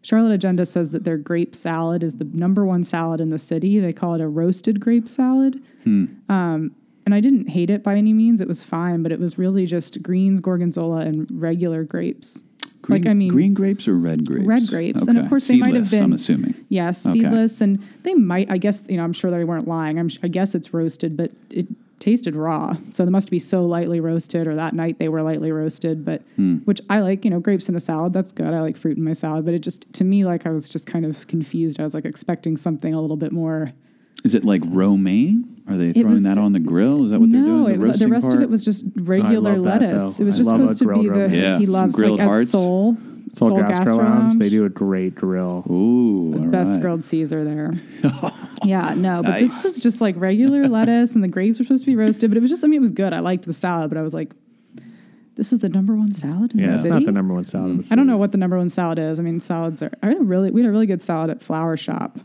Speaker 1: Charlotte Agenda says that their grape salad is the number one salad in the city. They call it a roasted grape salad.
Speaker 3: Hmm.
Speaker 1: Um, and I didn't hate it by any means. It was fine, but it was really just greens, gorgonzola, and regular grapes.
Speaker 3: Green,
Speaker 1: like I mean,
Speaker 3: green grapes or red grapes?
Speaker 1: red grapes, and of
Speaker 3: Okay.
Speaker 1: course they might have
Speaker 3: Seedless,
Speaker 1: been.
Speaker 3: I'm assuming.
Speaker 1: Yes,
Speaker 3: Okay.
Speaker 1: seedless, and they might. I guess you know. I'm sure they weren't lying. I'm, I guess it's roasted, but it tasted raw, so they must be so lightly roasted, or that night they were lightly roasted. But which I like, you know, grapes in a salad. That's good. I like fruit in my salad, but it just to me like I was just kind of confused. I was like expecting something a little bit more.
Speaker 3: Is it like romaine? Are they throwing
Speaker 1: was-
Speaker 3: that on the grill? Is that what they're doing?
Speaker 1: no, it was, the
Speaker 3: roasting
Speaker 1: rest of
Speaker 3: part?
Speaker 1: it was just regular
Speaker 2: that,
Speaker 1: lettuce.
Speaker 2: though.
Speaker 1: it was
Speaker 2: I
Speaker 1: just
Speaker 2: love a
Speaker 1: supposed to
Speaker 2: grilled
Speaker 1: be the
Speaker 2: romaine.
Speaker 3: Yeah,
Speaker 1: he
Speaker 3: some
Speaker 1: loves
Speaker 3: grilled
Speaker 1: like at
Speaker 3: hearts.
Speaker 1: Soul
Speaker 2: Soul, Gastro, Lounge.
Speaker 1: Lounge.
Speaker 2: They do a great grill.
Speaker 3: Ooh, all
Speaker 1: best
Speaker 3: right.
Speaker 1: grilled Caesar
Speaker 3: [laughs]
Speaker 1: there. yeah, no, but
Speaker 3: Nice.
Speaker 1: this was just like
Speaker 3: [laughs]
Speaker 1: regular lettuce, and the grapes were supposed to be roasted. But it was just, I mean, it was good. I liked the salad, but I was like, this is the number one salad in
Speaker 2: Yeah,
Speaker 1: the
Speaker 2: it's
Speaker 1: city.
Speaker 2: not the number one salad. in the
Speaker 1: I don't
Speaker 2: city.
Speaker 1: know what the number one salad is. I mean, salads are. I had a really, we had a really good salad at Flower Shop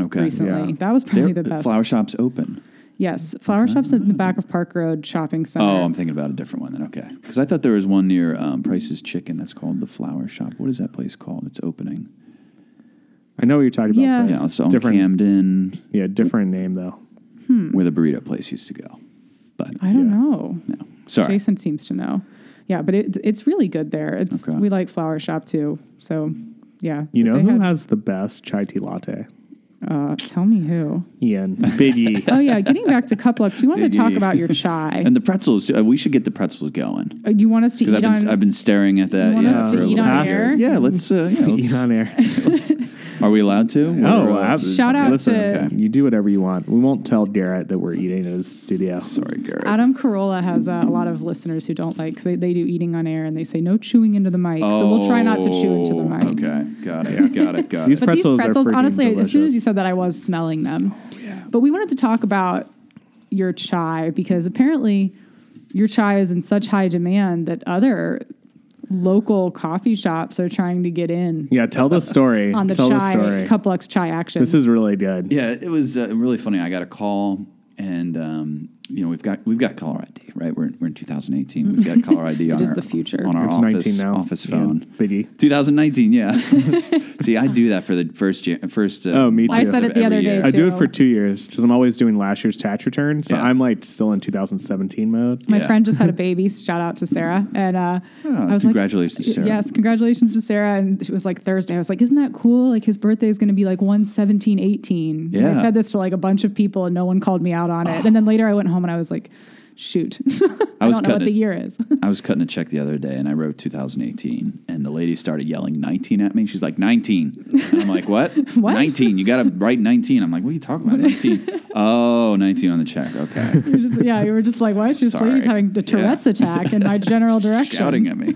Speaker 3: Okay.
Speaker 1: recently.
Speaker 2: Yeah.
Speaker 1: That was
Speaker 3: They're-
Speaker 1: probably the best.
Speaker 3: Flower shops open.
Speaker 1: yes, Flower Shop's in the back of Park Road Shopping Center.
Speaker 3: Oh, I'm thinking about a different one then. Okay, because I thought there was one near um, Price's Chicken that's called the Flower Shop. What is that place called? It's opening.
Speaker 2: I know what you're talking about.
Speaker 1: Yeah.
Speaker 2: but
Speaker 3: Yeah, it's on
Speaker 2: different.
Speaker 3: Camden,
Speaker 2: Yeah, different name though.
Speaker 3: where the burrito place used to go. But
Speaker 1: Hmm. I don't
Speaker 2: yeah.
Speaker 1: know.
Speaker 3: no, sorry.
Speaker 1: Jason seems to know. Yeah, but it, it's really good there. It's
Speaker 3: Okay.
Speaker 1: we like Flower Shop too. So, yeah.
Speaker 2: You
Speaker 1: But
Speaker 2: know
Speaker 1: they
Speaker 2: who
Speaker 1: had-
Speaker 2: has the best chai tea latte?
Speaker 1: Uh, tell me who.
Speaker 3: [laughs]
Speaker 2: Ian E. Biggie.
Speaker 1: Oh yeah, getting back to cup looks, you wanted to talk
Speaker 2: [laughs]
Speaker 3: Biggie.
Speaker 1: about your chai.
Speaker 3: And the pretzels. Uh, we should get the pretzels going
Speaker 1: Uh, Do you want us to
Speaker 3: because
Speaker 1: eat
Speaker 3: I've been
Speaker 1: on?
Speaker 3: I've been staring at that.
Speaker 1: want
Speaker 3: yeah,
Speaker 1: us
Speaker 2: to
Speaker 3: for a
Speaker 2: eat
Speaker 3: little
Speaker 2: on
Speaker 3: bit.
Speaker 2: air?
Speaker 3: Yeah, let's.
Speaker 2: [laughs]
Speaker 3: Uh, yeah,
Speaker 2: Eat
Speaker 3: let's-
Speaker 2: on
Speaker 3: [laughs]
Speaker 2: air.
Speaker 3: Are we allowed to? Or,
Speaker 2: Oh,
Speaker 3: uh,
Speaker 2: ab-
Speaker 1: Shout out
Speaker 2: listen,
Speaker 1: to-
Speaker 2: okay. you do whatever you want. We won't tell Garrett that we're eating at his studio.
Speaker 3: Sorry, Garrett.
Speaker 1: Adam Carolla has uh, a lot of listeners who don't like they, they do eating on air and they say no chewing into the mic. So we'll try not to chew into the
Speaker 3: Oh,
Speaker 1: mic.
Speaker 3: Okay, got it, got it,
Speaker 2: [laughs]
Speaker 3: got
Speaker 2: These
Speaker 3: it.
Speaker 1: But these
Speaker 2: Pretzels are
Speaker 1: pretzels,
Speaker 2: freaking
Speaker 1: honestly, as soon as you
Speaker 2: delicious. Oh,
Speaker 1: said that, I was smelling them. But we wanted to talk about your chai because apparently your chai is in such high demand that other local coffee shops are trying to get in
Speaker 2: Yeah, tell the
Speaker 1: [laughs]
Speaker 2: story.
Speaker 1: on the
Speaker 2: tell the
Speaker 1: chai
Speaker 2: story.
Speaker 1: cup lux chai action.
Speaker 2: This is really good.
Speaker 3: Yeah, it was uh, really funny. I got a call, and um, you know we've got we've got caller ID, right? We're, we're in 2018. We've got caller
Speaker 1: [laughs]
Speaker 3: ID on
Speaker 1: is
Speaker 3: our,
Speaker 1: the future.
Speaker 3: on our
Speaker 2: It's
Speaker 3: office
Speaker 2: 19 now.
Speaker 3: office
Speaker 2: Yeah, E.
Speaker 3: phone.
Speaker 2: Biggie. [laughs]
Speaker 3: 2019, yeah. [laughs] See, I do that for the first year. First, uh,
Speaker 2: Oh, me
Speaker 3: month
Speaker 2: too. I
Speaker 3: of
Speaker 1: said it the
Speaker 3: every
Speaker 1: other day,
Speaker 3: year.
Speaker 2: I do it
Speaker 1: too.
Speaker 2: for two years because I'm always doing last year's tax return. So
Speaker 3: Yeah.
Speaker 2: I'm like still in 2017
Speaker 3: [laughs]
Speaker 2: mode.
Speaker 1: My
Speaker 3: Yeah.
Speaker 1: friend just had a baby. Shout out to Sarah. And uh,
Speaker 3: Oh,
Speaker 1: I was
Speaker 3: congratulations to
Speaker 1: like,
Speaker 3: Sarah.
Speaker 1: Yes, congratulations to Sarah. And she was like Thursday. I was like, isn't that cool? Like his birthday is going to be like 117, 18.
Speaker 3: Yeah.
Speaker 1: I said this to like a bunch of people and no one called me out on it. And then later I went home and I was like, shoot, [laughs] I,
Speaker 3: was
Speaker 1: don't know what
Speaker 3: cutting
Speaker 1: the
Speaker 3: it.
Speaker 1: year is. [laughs]
Speaker 3: I was cutting a check the other day, and I wrote 2018, and the lady started yelling 19 at me. She's like 19, and I'm like, what?
Speaker 1: [laughs] What?
Speaker 3: 19? You got to write 19. I'm like, what are you talking
Speaker 1: [laughs]
Speaker 3: about? 19? oh, 19 on the check. Okay.
Speaker 1: You were just- yeah, you were just like, why is this
Speaker 3: Sorry.
Speaker 1: lady's having a Tourette's
Speaker 3: Yeah.
Speaker 1: attack in my
Speaker 3: [laughs]
Speaker 1: general direction?
Speaker 3: Shouting at me.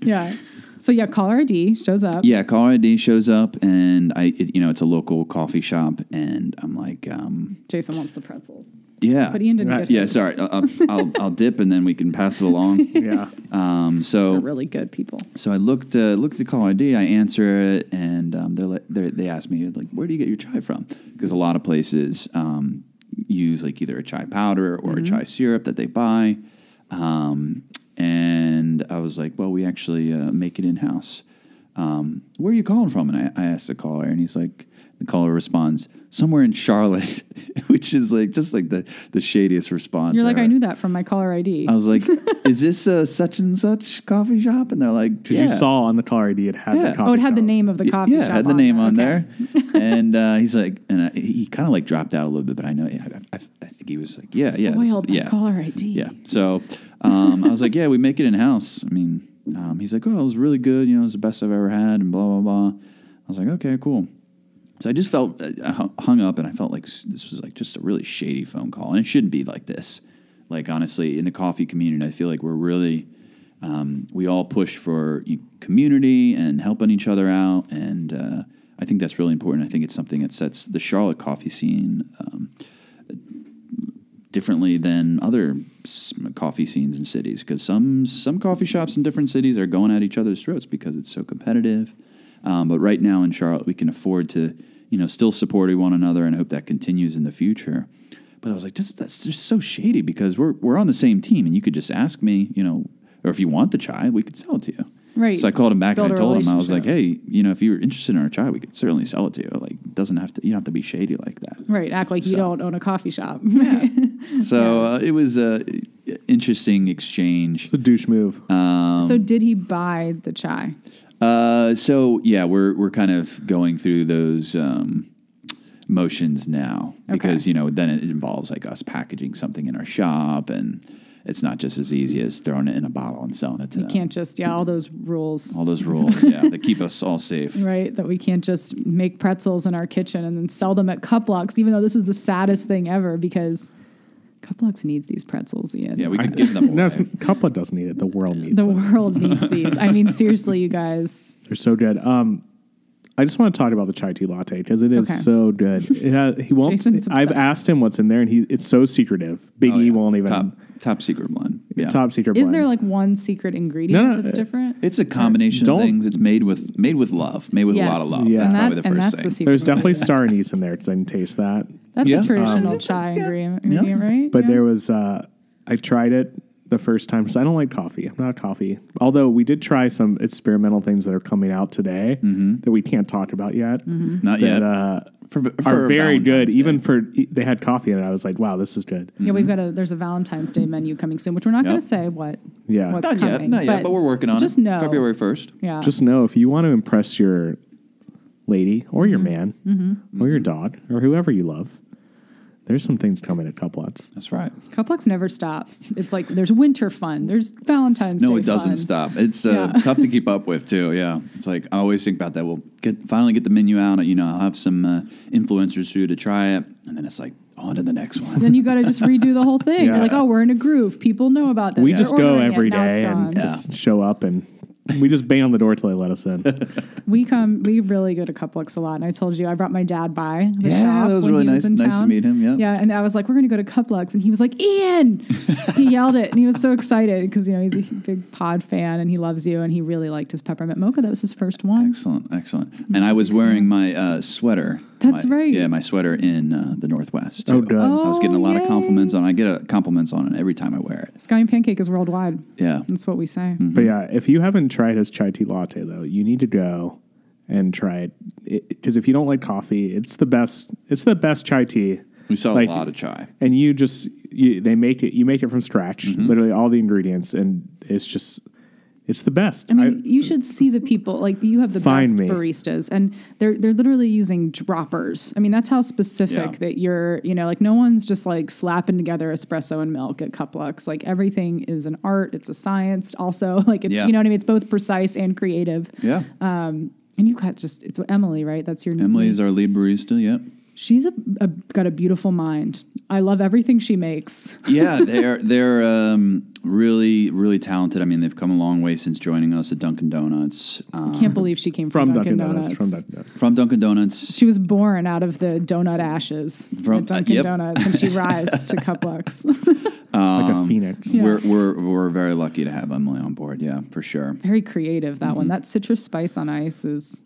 Speaker 1: Yeah. So yeah, caller ID shows up.
Speaker 3: Yeah, caller ID shows up, and I, it, you know, it's a local coffee shop, and I'm like, um,
Speaker 1: Jason wants the pretzels.
Speaker 3: yeah,
Speaker 1: But Ian didn't
Speaker 2: Right.
Speaker 1: get
Speaker 3: yeah.
Speaker 1: his.
Speaker 3: Sorry, I'll, I'll, I'll dip, and then we can pass it
Speaker 1: [laughs]
Speaker 3: along.
Speaker 2: Yeah.
Speaker 3: Um, so
Speaker 1: They're really good people.
Speaker 3: So I looked uh, looked at call ID. I answer it, and um, they're, like, they're they asked me like, "Where do you get your chai from?" Because a lot of places um, use like either a chai powder or
Speaker 1: Mm-hmm.
Speaker 3: a chai syrup that they buy. Um, and I was like, "Well, we actually uh, make it in house." Um, Where are you calling from? And I, I asked the caller, and he's like, the caller responds, "Somewhere in Charlotte," [laughs] which is like just like the the shadiest response.
Speaker 1: You're like,
Speaker 3: ever.
Speaker 1: I knew that from my caller ID.
Speaker 3: I was like, "Is this a such and such coffee shop?" And they're like,
Speaker 2: Because you
Speaker 3: "Yeah."
Speaker 2: saw on the car ID it had
Speaker 3: Yeah.
Speaker 2: the coffee
Speaker 1: oh, it had the
Speaker 2: shop.
Speaker 1: name of the
Speaker 3: Y-
Speaker 1: coffee
Speaker 3: yeah,
Speaker 1: shop.
Speaker 3: had the name on
Speaker 1: Okay.
Speaker 3: there,
Speaker 1: [laughs]
Speaker 3: and uh, he's like, and I, he kind of like dropped out a little bit, but I know, yeah, I, I, I think he was like, yeah, yeah, this-
Speaker 1: Foiled by
Speaker 3: yeah,
Speaker 1: caller ID.
Speaker 3: yeah. So um, I was like, yeah, we make it in house. I mean, um, he's like, oh, it was really good. You know, it was the best I've ever had, and blah blah blah. I was like, okay, cool. So I just felt uh, I hu- hung up, and I felt like s- this was like just a really shady phone call, and it shouldn't be like this. Like honestly, in the coffee community, I feel like we're really um, we all push for you- community and helping each other out, and uh, I think that's really important. I think it's something that sets the Charlotte coffee scene um, differently than other s- coffee scenes in cities because some some coffee shops in different cities are going at each other's throats because it's so competitive. Um, but right now in Charlotte, we can afford to you know still support one another and hope that continues in the future. But I was like, just that's just so shady because we're we're on the same team, and you could just ask me, you know, or if you want the chai, we could sell it to you.
Speaker 1: Right.
Speaker 3: So I called him back
Speaker 1: Build
Speaker 3: and I
Speaker 1: a
Speaker 3: told him I was like,
Speaker 1: relationship.
Speaker 3: hey, you know, if you're interested in our chai, we could certainly sell it to you. Like, it doesn't have to. You don't have to be shady like that.
Speaker 1: Right. Act like you
Speaker 3: So-
Speaker 1: don't own a coffee
Speaker 3: [laughs]
Speaker 1: shop.
Speaker 3: So uh, it was a interesting exchange.
Speaker 2: It's a douche move.
Speaker 1: so
Speaker 3: um,
Speaker 1: did he buy the chai?
Speaker 3: Uh, so yeah, we're we're kind of going through those um, motions now because you know then it involves like us packaging something in our shop, and it's not just as easy as throwing it in a bottle and selling it to
Speaker 1: You
Speaker 3: them.
Speaker 1: can't just yeah, all those rules.
Speaker 3: All
Speaker 1: [laughs]
Speaker 3: those rules, yeah, that keep us all safe.
Speaker 1: Right, that we can't just make pretzels in our kitchen and then sell them at Cup Locks, even though this is the saddest thing ever because Cup Locks needs these pretzels, Ian.
Speaker 3: Yeah, we can
Speaker 2: [laughs]
Speaker 3: give them
Speaker 2: No,
Speaker 3: away.
Speaker 2: it's- Cupla doesn't need it. The world needs
Speaker 1: the
Speaker 2: it.
Speaker 1: world
Speaker 3: [laughs]
Speaker 1: needs these. I mean, seriously, you guys.
Speaker 2: They're so good. Um, I just want to talk about the chai tea latte because it is
Speaker 1: Okay. [laughs]
Speaker 2: so good. It has, he won't.
Speaker 1: Jason's
Speaker 2: I've
Speaker 1: obsessed.
Speaker 2: asked him what's in there, and he it's so secretive. Big
Speaker 3: Oh,
Speaker 2: E
Speaker 3: yeah.
Speaker 2: won't even
Speaker 3: top top secret one. Yeah.
Speaker 2: top secret.
Speaker 1: Is
Speaker 2: blend.
Speaker 1: there like one secret ingredient
Speaker 2: No, no,
Speaker 1: that's
Speaker 2: uh,
Speaker 1: different?
Speaker 3: It's a combination
Speaker 2: Don't-
Speaker 3: of things. It's made with made with love, made with
Speaker 1: Yes.
Speaker 3: a lot of love.
Speaker 2: Yeah.
Speaker 3: That's
Speaker 1: and
Speaker 3: probably
Speaker 1: that-
Speaker 3: the first
Speaker 1: and that's
Speaker 3: thing.
Speaker 1: the secret. [laughs]
Speaker 2: There's definitely star anise in there because I didn't taste that.
Speaker 1: That's
Speaker 3: Yeah.
Speaker 1: a traditional
Speaker 3: Um,
Speaker 1: chai
Speaker 3: yeah.
Speaker 1: ingredient,
Speaker 3: Yeah.
Speaker 1: ingredient, right?
Speaker 2: But
Speaker 1: Yeah.
Speaker 2: there was uh, I tried it the first time because I don't like coffee. I'm not a coffee. Although we did try some experimental things that are coming out today that we can't talk about yet.
Speaker 3: Mm-hmm. Not
Speaker 1: Mm-hmm.
Speaker 2: that,
Speaker 3: yet.
Speaker 2: Uh,
Speaker 3: For-
Speaker 2: are
Speaker 3: for
Speaker 2: very good.
Speaker 3: Valentine's
Speaker 2: Even
Speaker 3: Day.
Speaker 2: for they had coffee in it. I was like, wow, this is good.
Speaker 1: yeah, we've got a there's a Valentine's Day menu coming soon, which we're not
Speaker 3: Yep.
Speaker 1: going to say what.
Speaker 2: Yeah.
Speaker 1: what's
Speaker 3: not yet,
Speaker 1: coming,
Speaker 3: not yet, but, we're working on
Speaker 1: just
Speaker 3: it.
Speaker 1: know.
Speaker 3: February first.
Speaker 1: Yeah,
Speaker 2: Just know if you want to impress your lady or
Speaker 1: Mm-hmm.
Speaker 2: your man or your dog or whoever you love, there's some things coming at Cuplots.
Speaker 3: That's right.
Speaker 1: Cuplex never stops. It's like there's winter fun, there's Valentine's Day.
Speaker 3: No, it doesn't
Speaker 1: fun.
Speaker 3: stop. It's uh, tough to keep up with too. Yeah, it's like I always think about that. We'll get finally get the menu out. You know, I'll have some uh, influencers through to try it, and then it's like on to the next one.
Speaker 1: Then you got to just redo the whole thing.
Speaker 2: [laughs] Yeah.
Speaker 1: You're like, oh, we're in a groove. People know about this.
Speaker 2: We
Speaker 1: They're
Speaker 2: just go
Speaker 1: ordering it.
Speaker 2: every
Speaker 1: Now it's
Speaker 2: day
Speaker 1: gone.
Speaker 2: and just show up and we just bang on the door till they let us
Speaker 3: [laughs]
Speaker 2: in.
Speaker 1: we come. We really go to Cuplex a lot. And I told you, I brought my dad by. The
Speaker 3: Yeah,
Speaker 1: shop
Speaker 3: that was
Speaker 1: when
Speaker 3: really
Speaker 1: he
Speaker 3: nice-
Speaker 1: in
Speaker 3: nice to
Speaker 1: town.
Speaker 3: meet him, yeah.
Speaker 1: yeah. And I was like, we're going to go to Cuplex, and he was like, Ian.
Speaker 3: [laughs]
Speaker 1: he yelled it, and he was so excited because you know he's a big Pod fan, and he loves you, and he really liked his peppermint mocha. That was his first one.
Speaker 3: [laughs] excellent, excellent. And I was wearing my uh, sweater.
Speaker 1: That's
Speaker 3: my-
Speaker 1: right.
Speaker 3: Yeah, my sweater in uh, the Northwest.
Speaker 2: Oh,
Speaker 3: too.
Speaker 2: good.
Speaker 3: I was getting a
Speaker 1: Oh,
Speaker 3: lot
Speaker 1: yay.
Speaker 3: of compliments on. I get a compliments on it every time I wear it.
Speaker 1: Sky and Pancake is worldwide.
Speaker 3: Yeah.
Speaker 1: That's what we say.
Speaker 3: Hmm.
Speaker 2: But yeah, if you haven't tried his chai tea latte though, you need to go and try it because if you don't like coffee, it's the best. It's the best chai tea.
Speaker 3: We saw
Speaker 2: Like-
Speaker 3: a lot of chai.
Speaker 2: and you just you, they make it you make it from scratch literally all the ingredients and it's just it's the best
Speaker 1: I mean, you should see the people. Like you have the
Speaker 2: Find
Speaker 1: best
Speaker 2: me.
Speaker 1: baristas, and they're they're literally using droppers. I mean, that's how specific
Speaker 3: Yeah.
Speaker 1: that you're. You know, like no one's just like slapping together espresso and milk at Cuplux. Like everything is an art. It's a science. Also, [laughs] like it's
Speaker 3: Yeah.
Speaker 1: you know what I mean. It's both precise and creative.
Speaker 3: Yeah.
Speaker 1: And you've got just it's Emily, right? That's your
Speaker 3: Emily is our lead barista. Yep.
Speaker 1: She's a, a, got a beautiful mind. I love everything she makes.
Speaker 3: yeah, they're they're um, really really talented. I mean, they've come a long way since joining us at Dunkin' Donuts. Um,
Speaker 1: Can't believe she came from,
Speaker 2: from
Speaker 1: Dunkin',
Speaker 2: Dunkin'
Speaker 1: Donuts.
Speaker 2: Donuts from Dunkin' Donuts.
Speaker 3: from Dunkin' Donuts,
Speaker 1: She was born out of the donut ashes
Speaker 3: From- uh,
Speaker 1: at Dunkin'
Speaker 3: yep.
Speaker 1: Donuts, and she rised to
Speaker 3: [laughs]
Speaker 1: Cuplux.
Speaker 2: like a phoenix.
Speaker 1: Yeah.
Speaker 3: we're we're we're very lucky to have Emily on board. Yeah, for sure.
Speaker 1: Very creative that
Speaker 3: Mm-hmm.
Speaker 1: one. That citrus spice on ice is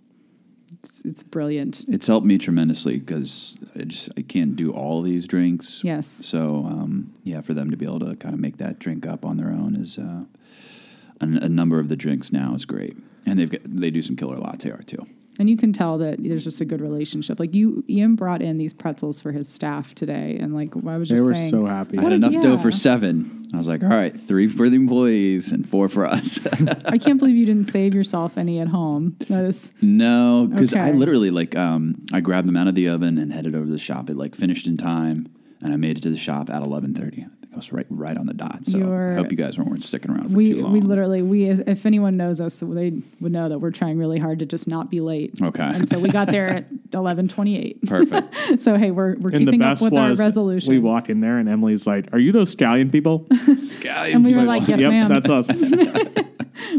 Speaker 1: it's, it's brilliant.
Speaker 3: It's helped me tremendously because I just I can't do all these drinks.
Speaker 1: Yes.
Speaker 3: So um, yeah, for them to be able to kind of make that drink up on their own is uh, a, a number of the drinks now is great, and they've got, they do some killer latte art too.
Speaker 1: And you can tell that there's just a good relationship. Like you, Ian brought in these pretzels for his staff today, and like I was
Speaker 2: They
Speaker 1: just
Speaker 2: were
Speaker 1: saying,
Speaker 2: so happy.
Speaker 3: I had
Speaker 1: a-
Speaker 3: enough
Speaker 1: yeah.
Speaker 3: dough for seven. I was like, all right, three for the employees and four for us.
Speaker 1: I can't believe you
Speaker 3: [laughs]
Speaker 1: didn't save yourself any at home. That is
Speaker 3: No, because I
Speaker 1: Okay.
Speaker 3: literally like um, I grabbed them out of the oven and headed over to the shop. It like finished in time, and I made it to the shop at eleven thirty. I think I was right right on the dot. So
Speaker 1: You're-
Speaker 3: I hope you guys weren't sticking around for
Speaker 1: we
Speaker 3: too long.
Speaker 1: we literally we as, if anyone knows us, they would know that we're trying really hard to just not be late.
Speaker 3: Okay.
Speaker 1: and so we got there at eleven twenty eight.
Speaker 3: [laughs] Perfect.
Speaker 1: So hey, we're we're
Speaker 2: And the
Speaker 1: keeping up
Speaker 2: best
Speaker 1: with our
Speaker 2: was
Speaker 1: resolution.
Speaker 2: we walked in there and Emily's like, "Are you those scallion people?"
Speaker 1: [laughs]
Speaker 3: Scallion.
Speaker 1: and we were like, [laughs] yes,
Speaker 2: yep,
Speaker 1: ma'am.
Speaker 2: that's us.
Speaker 1: [laughs]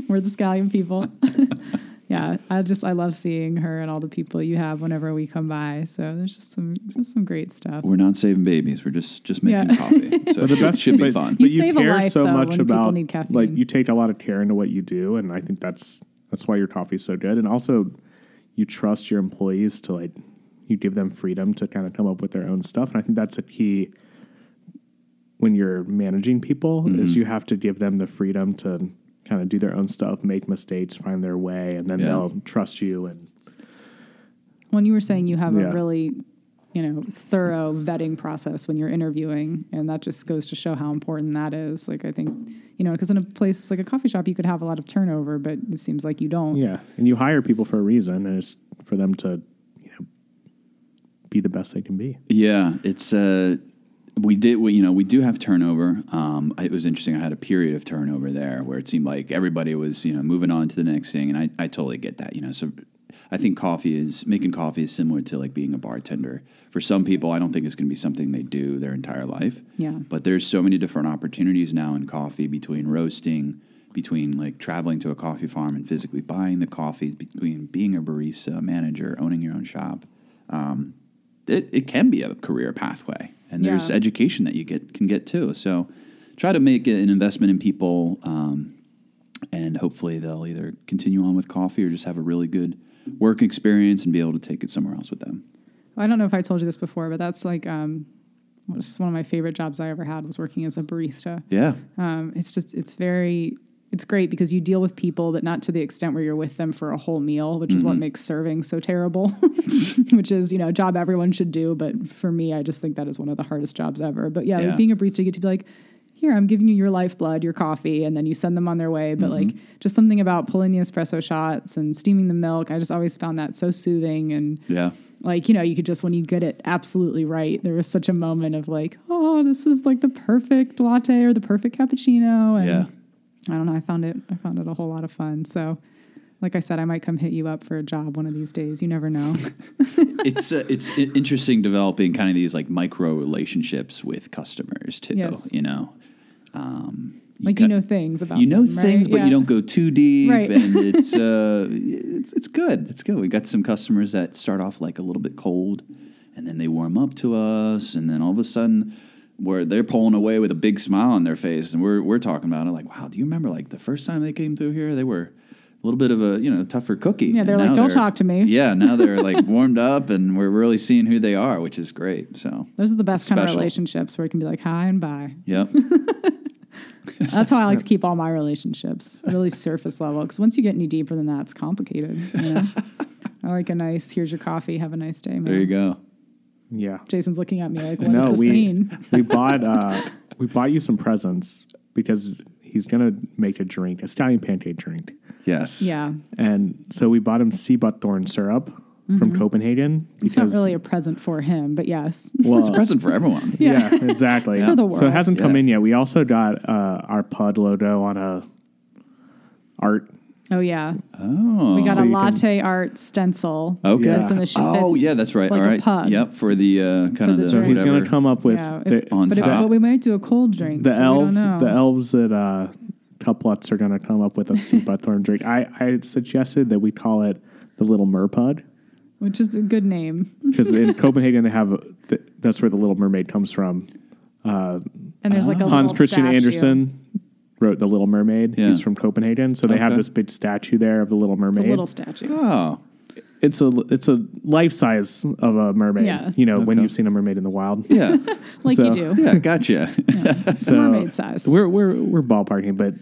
Speaker 1: We're the scallion people. [laughs] yeah, I just I love seeing her and all the people you have whenever we come by. So there's just some just some great stuff.
Speaker 3: we're not saving babies. We're just just making
Speaker 1: Yeah. [laughs]
Speaker 3: coffee. So
Speaker 2: But the
Speaker 3: it
Speaker 2: best
Speaker 3: should be
Speaker 2: but,
Speaker 3: fun.
Speaker 2: But
Speaker 1: You
Speaker 2: you,
Speaker 1: save a
Speaker 2: care
Speaker 1: life,
Speaker 2: so
Speaker 1: though, when
Speaker 2: much
Speaker 1: people
Speaker 2: about
Speaker 1: need caffeine.
Speaker 2: like you take a lot of care into what you do, and I think that's that's why your coffee's so good. And also, you trust your employees to like you give them freedom to kind of come up with their own stuff, and I think that's a key when
Speaker 3: Mm-hmm.
Speaker 2: you're managing people is you have to give them the freedom to kind of do their own stuff, make mistakes, find their way, and then
Speaker 3: Yeah.
Speaker 2: they'll trust you. And
Speaker 1: When you were saying you have
Speaker 2: Yeah.
Speaker 1: a really, you know, thorough vetting process when you're interviewing, and that just goes to show how important that is. Like I think, you know, because in a place like a coffee shop, you could have a lot of turnover, but it seems like you don't.
Speaker 2: yeah, and you hire people for a reason, and it's for them to you know be the best they can be.
Speaker 3: Yeah, it's uh, we did we, you know we do have turnover. Um, it was interesting. I had a period of turnover there where it seemed like everybody was you know moving on to the next thing, and I I totally get that. You know, so I think coffee is making coffee is similar to like being a bartender. For some people, I don't think it's going to be something they do their entire life.
Speaker 1: Yeah.
Speaker 3: But there's so many different opportunities now in coffee between roasting. Between like traveling to a coffee farm and physically buying the coffee, between being a barista, manager, owning your own shop, it, it can be a career pathway and there's
Speaker 1: Yeah.
Speaker 3: education that you get can get too so try to make an investment in people um, and hopefully they'll either continue on with coffee or just have a really good work experience and be able to take it somewhere else with them
Speaker 1: I don't know if I told you this before, but that's like um, just one of my favorite jobs I ever had was working as a barista.
Speaker 3: yeah
Speaker 1: Um, it's just it's very it's great because you deal with people, but not to the extent where you're with them for a whole meal, which is what makes serving so terrible. [laughs] which is you know a job everyone should do, but for me, I just think that is one of the hardest jobs ever. But yeah,
Speaker 3: Yeah.
Speaker 1: Like being a barista, you get to be like. Here, I'm giving you your lifeblood, your coffee, and then you send them on their way. But like, just something about pulling the espresso shots and steaming the milk, I just always found that so soothing and
Speaker 3: yeah [laughs]
Speaker 1: like you know you could just when you get it absolutely right there was such a moment of like oh this is like the perfect latte or the perfect cappuccino and
Speaker 3: Yeah.
Speaker 1: i don't know i found it i found it a whole lot of fun so like i said i might come hit you up for a job one of these days you never
Speaker 3: [laughs]
Speaker 1: know
Speaker 3: it's uh, it's i- interesting developing kind of these like micro relationships with customers too
Speaker 1: Yes.
Speaker 3: you know um,
Speaker 1: like you
Speaker 3: got-
Speaker 1: know things about
Speaker 3: you know
Speaker 1: them, right?
Speaker 3: things, but
Speaker 1: Yeah.
Speaker 3: you don't go too deep,
Speaker 1: Right. [laughs]
Speaker 3: and it's uh, it's it's good. It's good. We got some customers that start off like a little bit cold, and then they warm up to us, and then all of a sudden, where they're pulling away with a big smile on their face, and we're we're talking about it like, wow, do you remember like the first time they came through here? They were a little bit of a you know tougher cookie.
Speaker 1: Yeah, they're
Speaker 3: and
Speaker 1: like,
Speaker 3: now
Speaker 1: "Don't talk to me."
Speaker 3: Yeah,
Speaker 1: [laughs]
Speaker 3: now they're like warmed up, and we're really seeing who they are, which is great. So,
Speaker 1: those are the best kind of
Speaker 3: Special.
Speaker 1: relationships where it can be like hi and bye
Speaker 3: yep,
Speaker 1: that's how i
Speaker 3: [laughs]
Speaker 1: like to keep all my relationships really surface level because once you get any deeper than that it's complicated you
Speaker 3: [laughs]
Speaker 1: know i like a nice here's your coffee have a nice day man.
Speaker 3: there
Speaker 1: [laughs]
Speaker 3: you go.
Speaker 2: Yeah.
Speaker 1: Jason's looking at me like, what
Speaker 2: no,
Speaker 1: does this
Speaker 2: we
Speaker 1: mean? [laughs]
Speaker 2: we bought uh, we bought you some presents because he's gonna make a drink, a stallion pancake drink.
Speaker 3: Yes.
Speaker 1: Yeah.
Speaker 2: And so we bought him sea buckthorn syrup from Copenhagen
Speaker 1: Mm-hmm. It's not really a present for him, but yes.
Speaker 2: well,
Speaker 3: It's a present
Speaker 1: [laughs]
Speaker 3: for everyone.
Speaker 2: yeah, [laughs] exactly.
Speaker 1: It's for the
Speaker 2: So it
Speaker 1: world.
Speaker 2: hasn't come
Speaker 3: Yeah.
Speaker 2: in yet. We also got uh, our pud logo on a art.
Speaker 1: Oh, yeah.
Speaker 3: Oh,
Speaker 1: We got
Speaker 2: So
Speaker 1: a
Speaker 2: you can-
Speaker 1: latte art stencil.
Speaker 3: Okay.
Speaker 1: That's in the sh-
Speaker 3: Oh
Speaker 1: that's
Speaker 3: yeah, that's right.
Speaker 1: Like
Speaker 3: All right.
Speaker 1: a pug.
Speaker 3: Yep, for the uh, kind of
Speaker 1: the
Speaker 3: the
Speaker 1: drink.
Speaker 2: He's going
Speaker 3: whatever.
Speaker 2: to come up with
Speaker 1: Yeah,
Speaker 2: the,
Speaker 1: it-
Speaker 3: On
Speaker 1: but, it-
Speaker 3: top.
Speaker 1: but we might do a cold drink.
Speaker 2: the
Speaker 1: so
Speaker 2: elves.
Speaker 1: We don't
Speaker 2: The
Speaker 1: know.
Speaker 2: elves at uh, Tuplots are going to come up with a
Speaker 1: [laughs]
Speaker 2: sea buckthorn drink. I, I had suggested that we call it the Little Merpud
Speaker 1: Which is a good name.
Speaker 2: because
Speaker 1: [laughs]
Speaker 2: in Copenhagen they have th- that's where the Little Mermaid comes from.
Speaker 1: And there's like a
Speaker 2: Hans
Speaker 1: little
Speaker 2: Christian
Speaker 1: statue.
Speaker 2: Andersen wrote The Little Mermaid.
Speaker 3: Yeah.
Speaker 2: He's from Copenhagen, so they have
Speaker 3: Okay.
Speaker 2: this big statue there of the Little
Speaker 1: It's a
Speaker 2: Mermaid.
Speaker 1: little statue.
Speaker 3: Oh,
Speaker 2: it's a it's a life size of a mermaid.
Speaker 1: Yeah.
Speaker 2: You know, when
Speaker 3: Okay.
Speaker 2: you've seen a mermaid in the wild.
Speaker 3: yeah,
Speaker 1: Like
Speaker 2: So-
Speaker 1: you do.
Speaker 3: yeah. Gotcha. [laughs]
Speaker 2: So
Speaker 1: mermaid size.
Speaker 2: We're we're we're ballparking,
Speaker 1: [laughs]
Speaker 2: but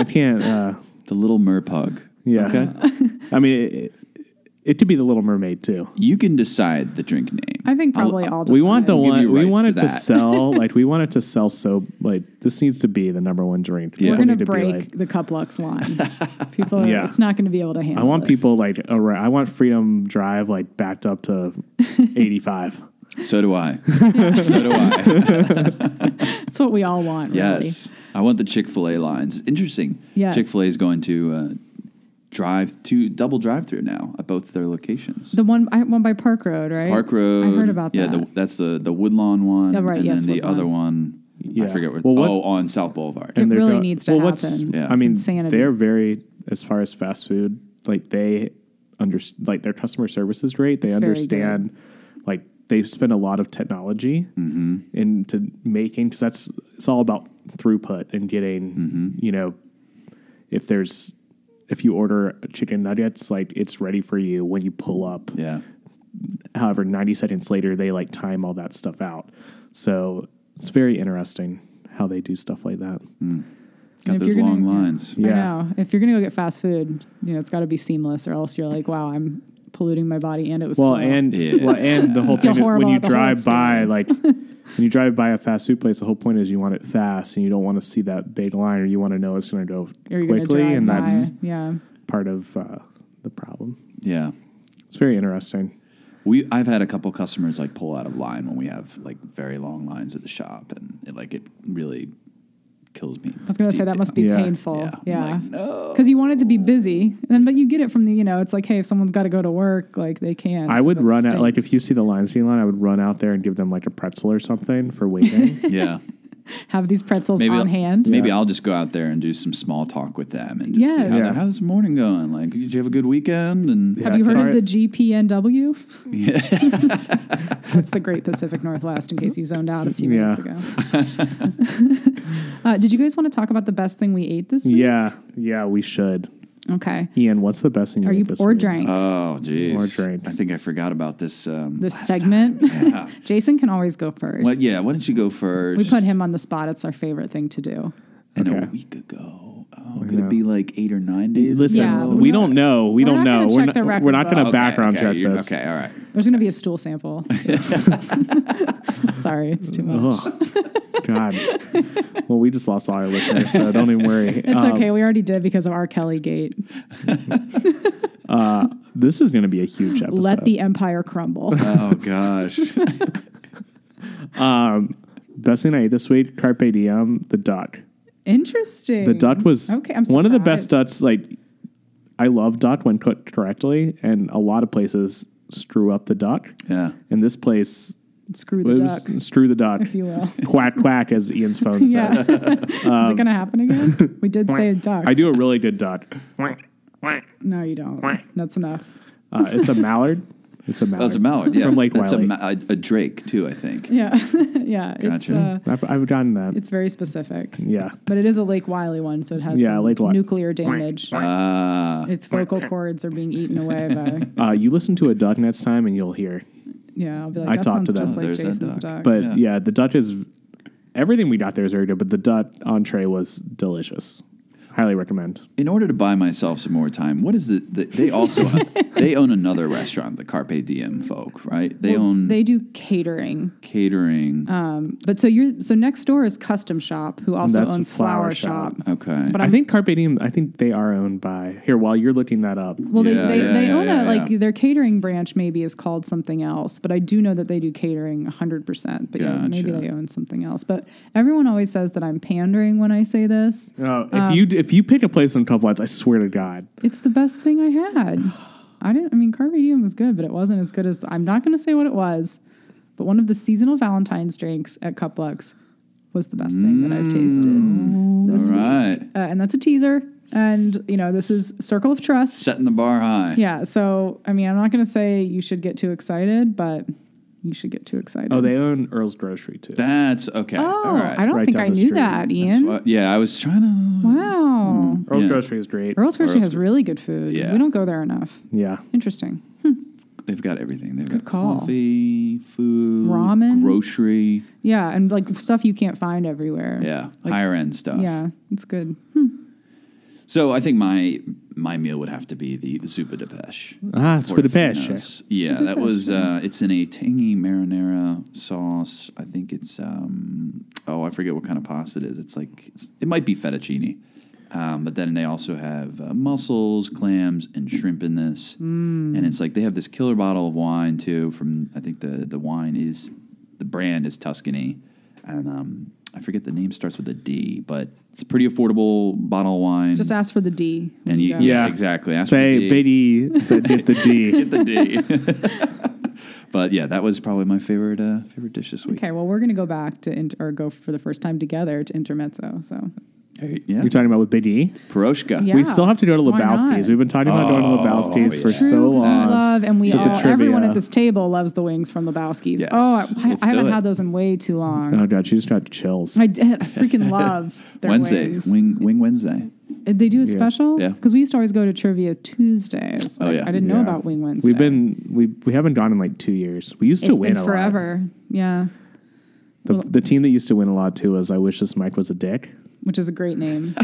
Speaker 2: I can't. Uh,
Speaker 3: the little merpug.
Speaker 2: yeah.
Speaker 3: Okay.
Speaker 2: I mean, it, it, could be the Little Mermaid too.
Speaker 3: You can decide the drink name.
Speaker 1: I think probably all
Speaker 2: We want the
Speaker 1: decided.
Speaker 3: give
Speaker 2: one.
Speaker 3: you
Speaker 2: We
Speaker 3: rights
Speaker 2: want
Speaker 3: to
Speaker 2: it to,
Speaker 3: that. [laughs]
Speaker 2: sell. like we want it to sell. So like this needs to be the number one drink.
Speaker 3: We're
Speaker 1: We're
Speaker 2: People
Speaker 1: going
Speaker 2: need
Speaker 1: to
Speaker 2: to
Speaker 1: break
Speaker 2: be like.
Speaker 1: the Cup Lux
Speaker 2: [laughs]
Speaker 1: line. People are,
Speaker 2: Yeah.
Speaker 1: it's not going to be able to handle
Speaker 2: I want
Speaker 1: it.
Speaker 2: people like around, I want Freedom Drive like backed
Speaker 1: [laughs]
Speaker 2: up to eighty five.
Speaker 3: So do I. so do I.
Speaker 1: That's what we all want, really.
Speaker 3: Yes. I want the Chick Fil A lines. Interesting.
Speaker 1: Yes.
Speaker 3: Chick Fil A is going to uh, drive to double drive through now at both their locations.
Speaker 1: The one, I, one by Park Road, right?
Speaker 3: Park Road.
Speaker 1: I heard about
Speaker 3: yeah,
Speaker 1: that.
Speaker 3: Yeah, that's the the Woodlawn one.
Speaker 1: Oh, right,
Speaker 3: And
Speaker 1: yes,
Speaker 3: then the
Speaker 1: Woodlawn.
Speaker 3: other one.
Speaker 2: Yeah.
Speaker 3: I forget where.
Speaker 2: Well, what-
Speaker 3: oh, on South Boulevard.
Speaker 1: It
Speaker 2: they're
Speaker 1: really
Speaker 2: go-
Speaker 1: needs to
Speaker 2: what's-
Speaker 1: happen.
Speaker 3: Yeah.
Speaker 2: I mean,
Speaker 1: It's insanity.
Speaker 2: they're very as far as fast food, like they under like their customer service is great. They
Speaker 1: It's very good. Mm-hmm.
Speaker 2: understand, like they spend a lot of technology into making because that's it's all about throughput and getting
Speaker 1: Mm-hmm.
Speaker 2: you know if there's if you order chicken nuggets like it's ready for you when you pull up
Speaker 3: Yeah.
Speaker 2: however 90 seconds later they like time all that stuff out so it's very interesting how they do stuff like that
Speaker 1: And
Speaker 3: Got
Speaker 1: if
Speaker 3: those
Speaker 1: you're
Speaker 3: long
Speaker 1: gonna,
Speaker 3: lines.
Speaker 1: I
Speaker 2: Yeah.
Speaker 1: know. If you're gonna go get fast food, you know it's got to be seamless, or else you're like, wow, I'm polluting my body, and it was
Speaker 2: Well,
Speaker 1: slow.
Speaker 2: and
Speaker 3: Yeah.
Speaker 2: well, and the whole
Speaker 1: Feel
Speaker 2: thing that when
Speaker 1: horrible
Speaker 2: you
Speaker 1: at [laughs] the whole
Speaker 2: drive by,
Speaker 1: experience. [laughs]
Speaker 2: like when you drive by a fast food place, the whole point is you want it fast, and you don't want to see that big line, or you want to know it's going to go
Speaker 1: Or you're gonna
Speaker 2: quickly,
Speaker 1: drive
Speaker 2: and
Speaker 1: by.
Speaker 2: that's
Speaker 1: yeah.
Speaker 2: part of uh, the problem.
Speaker 3: Yeah.
Speaker 2: It's very interesting.
Speaker 3: We I've had a couple customers like pull out of line when we have like very long lines at the shop and it like it really kills me.
Speaker 1: I was gonna say that must be
Speaker 2: Yeah.
Speaker 1: painful.
Speaker 3: Yeah. I'm
Speaker 1: Yeah.
Speaker 3: like, no.
Speaker 1: Because you [laughs] want it to be busy, and then but you get it from the you know it's like hey if someone's got to go to work like they can't.
Speaker 2: I
Speaker 1: so
Speaker 2: would
Speaker 1: that
Speaker 2: run out like
Speaker 1: stinks.
Speaker 2: if you see the line see line, I would run out there and give them like a pretzel or something for
Speaker 1: [laughs]
Speaker 2: waiting.
Speaker 3: Yeah.
Speaker 1: have these pretzels on
Speaker 3: I'll,
Speaker 1: hand.
Speaker 3: Maybe
Speaker 2: Yeah.
Speaker 3: I'll just go out there and do some small talk with them and just see
Speaker 1: Yes.
Speaker 3: how
Speaker 2: Yeah.
Speaker 3: how's the morning going? Like, did you have a good weekend? And
Speaker 1: Have
Speaker 2: Yeah,
Speaker 1: you heard
Speaker 2: sorry.
Speaker 1: of the GPNW? [laughs] That's the Great Pacific Northwest, in case you zoned out a few
Speaker 2: Yeah.
Speaker 1: minutes ago. [laughs] uh, did you guys want to talk about the best thing we ate this week?
Speaker 2: yeah, yeah, we should.
Speaker 1: Okay.
Speaker 2: Ian, what's the best thing you
Speaker 1: Are
Speaker 2: ate
Speaker 1: you
Speaker 2: this
Speaker 1: or
Speaker 2: week?
Speaker 1: drank?
Speaker 3: Oh, geez.
Speaker 2: Or drink.
Speaker 3: I think I forgot about this. Um,
Speaker 1: this
Speaker 3: last
Speaker 1: segment?
Speaker 3: time. Yeah.
Speaker 1: [laughs] Jason can always go first.
Speaker 3: Well, yeah. Why don't you go first?
Speaker 1: We put him on the spot. It's our favorite thing to do.
Speaker 3: and
Speaker 2: Okay.
Speaker 3: a week ago. Oh, could
Speaker 2: know.
Speaker 3: it be like eight or nine days?
Speaker 2: Listen,
Speaker 1: Yeah,
Speaker 3: ago?
Speaker 1: we're
Speaker 2: we
Speaker 1: not-
Speaker 2: don't know. We
Speaker 1: we're
Speaker 2: don't
Speaker 1: not
Speaker 2: know.
Speaker 1: gonna
Speaker 2: we're
Speaker 1: check
Speaker 2: not,
Speaker 1: the record
Speaker 2: we're not going to
Speaker 1: book.
Speaker 2: background
Speaker 3: okay,
Speaker 2: check
Speaker 3: you're-
Speaker 2: this.
Speaker 3: Okay, all right.
Speaker 1: There's going to be a stool
Speaker 3: [laughs]
Speaker 1: sample. [laughs] Sorry, it's too
Speaker 3: Uh-huh.
Speaker 1: much.
Speaker 2: Ugh. [laughs] God. Well, we just lost all our listeners, so don't even worry.
Speaker 1: [laughs] It's
Speaker 2: Um,
Speaker 1: okay. We already did because of our Kelly Gate.
Speaker 2: This is going to be a huge episode.
Speaker 1: Let the empire
Speaker 3: [laughs]
Speaker 1: crumble.
Speaker 3: Oh [laughs] gosh.
Speaker 2: Best thing I ate this week, carpe diem, the duck.
Speaker 1: Interesting.
Speaker 2: The duck was
Speaker 1: Mm. Okay, I'm
Speaker 2: one of the best
Speaker 1: surprised.
Speaker 2: ducks. Like, I love duck when cooked correctly, and a lot of places screw up the duck.
Speaker 3: yeah.
Speaker 2: And this place,
Speaker 1: Screw the
Speaker 2: it was-
Speaker 1: duck,
Speaker 2: screw the duck,
Speaker 1: if you
Speaker 3: [laughs]
Speaker 1: will. [laughs]
Speaker 2: quack quack, as Ian's phone
Speaker 1: Yeah.
Speaker 2: says.
Speaker 1: [laughs] Is it going to happen
Speaker 3: [laughs]
Speaker 1: again? We did say a duck.
Speaker 2: I do a really good duck.
Speaker 1: No, you don't. That's enough.
Speaker 2: Uh, it's a mallard. It's a mallard.
Speaker 3: That's a mallard. Yeah.
Speaker 2: From Lake
Speaker 3: That's a,
Speaker 2: Wiley.
Speaker 3: ma- a, a drake too, I think.
Speaker 1: Yeah. [laughs] yeah. It's,
Speaker 3: Gotcha.
Speaker 1: uh,
Speaker 2: I've, I've gotten that.
Speaker 1: it's very specific.
Speaker 2: yeah.
Speaker 1: But it is a Lake Wiley one, so it has
Speaker 2: Yeah,
Speaker 1: some
Speaker 2: Lake Wiley.
Speaker 1: nuclear damage.
Speaker 3: Ah.
Speaker 1: Its vocal cords are being eaten away
Speaker 3: [laughs]
Speaker 1: by.
Speaker 2: Uh, you listen to a duck next time and you'll hear.
Speaker 1: Yeah, I'll be like,
Speaker 2: I
Speaker 1: that
Speaker 2: talked
Speaker 1: sounds
Speaker 2: to them.
Speaker 1: just like
Speaker 3: There's that
Speaker 1: Jason's
Speaker 3: duck.
Speaker 1: duck.
Speaker 2: But
Speaker 3: Yeah.
Speaker 2: yeah. the duck is everything we got there is very good, but the duck entree was delicious. Highly recommend.
Speaker 3: in order to buy myself some more time, what is it? That
Speaker 1: [laughs]
Speaker 3: they also they own another restaurant, the Carpe Diem folk, right? They
Speaker 1: Well,
Speaker 3: own
Speaker 1: they uh, do catering.
Speaker 3: catering.
Speaker 1: But so you're so next door is Custom Shop, who also
Speaker 2: that's a
Speaker 1: owns Flower
Speaker 2: flower
Speaker 1: Shop.
Speaker 2: shop.
Speaker 3: okay.
Speaker 1: But
Speaker 2: I
Speaker 1: I'm-
Speaker 2: think Carpe Diem, I think they are owned by, here, while you're looking that up,
Speaker 1: Well,
Speaker 3: Yeah,
Speaker 1: they, they,
Speaker 3: yeah,
Speaker 1: they
Speaker 3: yeah,
Speaker 1: own a
Speaker 3: yeah,
Speaker 1: like
Speaker 3: yeah.
Speaker 1: their catering branch maybe is called something else, but I do know that they do catering 100. percent But yeah, maybe
Speaker 3: Gotcha.
Speaker 1: they own something else. But everyone always says that I'm pandering when I say this.
Speaker 2: Oh, if
Speaker 1: uh,
Speaker 2: you if you pick a place on Tough Lines, I swear to God,
Speaker 1: It's the best thing I had. I didn't. I mean, Carpe Diem was good, but it wasn't as good as I'm not going to say what it was. But one of the seasonal Valentine's drinks at Cuplux was the best thing that
Speaker 2: Mm.
Speaker 1: I've tasted this
Speaker 3: All
Speaker 1: week.
Speaker 3: right.
Speaker 1: uh, and that's a teaser. And you know, this is Circle of Trust.
Speaker 3: Setting the bar high.
Speaker 1: Yeah. So I mean, I'm not going to say you should get too excited, but you should get too excited.
Speaker 2: oh, they own Earl's Grocery too.
Speaker 3: That's okay.
Speaker 1: Oh,
Speaker 3: All right.
Speaker 1: I don't
Speaker 2: Right
Speaker 1: think
Speaker 2: down
Speaker 1: I
Speaker 2: the
Speaker 1: knew
Speaker 2: street.
Speaker 1: that,
Speaker 3: That's
Speaker 1: Ian.
Speaker 3: what- yeah, I was trying to.
Speaker 1: Wow.
Speaker 2: Earl's
Speaker 3: Yeah.
Speaker 2: Grocery is great.
Speaker 1: Earl's Grocery
Speaker 3: Earl's-
Speaker 1: has really good food.
Speaker 3: Yeah.
Speaker 1: We don't go there enough.
Speaker 2: yeah,
Speaker 1: Interesting.
Speaker 3: They've got everything. They've got
Speaker 1: call.
Speaker 3: coffee, food,
Speaker 1: Ramen.
Speaker 3: grocery.
Speaker 1: Yeah, and like stuff you can't find everywhere.
Speaker 3: Yeah, higher end stuff.
Speaker 1: Yeah, it's good.
Speaker 3: So I think my my meal would have to be the, the zuppa de peche.
Speaker 2: ah, it's for the best.
Speaker 3: Portofino's. Yeah, that was. Uh, it's in a tangy marinara sauce. I think it's. Um, oh, I forget what kind of pasta it is. It's like it's, it might be fettuccine, um, but then they also have uh, mussels, clams, and shrimp in this. And it's like they have this killer bottle of wine too. From I think the the wine is the brand is Tuscany, and um, I forget the name starts with a D, but it's a pretty affordable bottle of wine.
Speaker 1: Just ask for the D. when
Speaker 3: and you,
Speaker 1: go.
Speaker 3: yeah, exactly. Ask for the
Speaker 2: Say
Speaker 3: D.
Speaker 2: Biddy said get the D.
Speaker 3: [laughs] Get the D.
Speaker 1: [laughs]
Speaker 3: but yeah, that was probably my favorite uh, favorite dish this week.
Speaker 1: Okay, well, we're going to go back to inter- or go for the first time together to intermezzo. So
Speaker 3: Hey, yeah,
Speaker 2: You're talking about with Biddy.
Speaker 3: Piroshka.
Speaker 1: Yeah.
Speaker 2: We still have to go to
Speaker 1: Why not?
Speaker 2: Lebowski's. We've been talking about going to Lebowski's
Speaker 3: Oh,
Speaker 2: for
Speaker 3: yeah. True,
Speaker 2: so
Speaker 1: 'cause we
Speaker 2: long.
Speaker 1: love, and we
Speaker 2: With the
Speaker 1: all,
Speaker 2: trivia.
Speaker 1: everyone at this table loves the wings from Lebowski's.
Speaker 3: Yes.
Speaker 1: Oh, I, I,
Speaker 3: Let's
Speaker 1: I haven't
Speaker 3: do it.
Speaker 1: had those in way too long.
Speaker 2: Oh God, she just got chills.
Speaker 1: I did. I
Speaker 3: [laughs]
Speaker 1: freaking love their
Speaker 3: Wednesday,
Speaker 1: wings. Uh,
Speaker 3: wing wing Wednesday.
Speaker 1: They do a special
Speaker 3: Yeah.
Speaker 1: because we used to always go to trivia Tuesdays.
Speaker 3: Oh,
Speaker 1: which
Speaker 3: yeah.
Speaker 1: I didn't know
Speaker 2: Yeah.
Speaker 1: about Wing Wednesday.
Speaker 2: We've been we we haven't gone in like two years. We used to
Speaker 1: it's
Speaker 2: win
Speaker 1: been
Speaker 2: a
Speaker 1: forever. Yeah.
Speaker 2: lot. The, the team that used to win a lot too was I wish this Mike was a dick.
Speaker 1: which is a great name,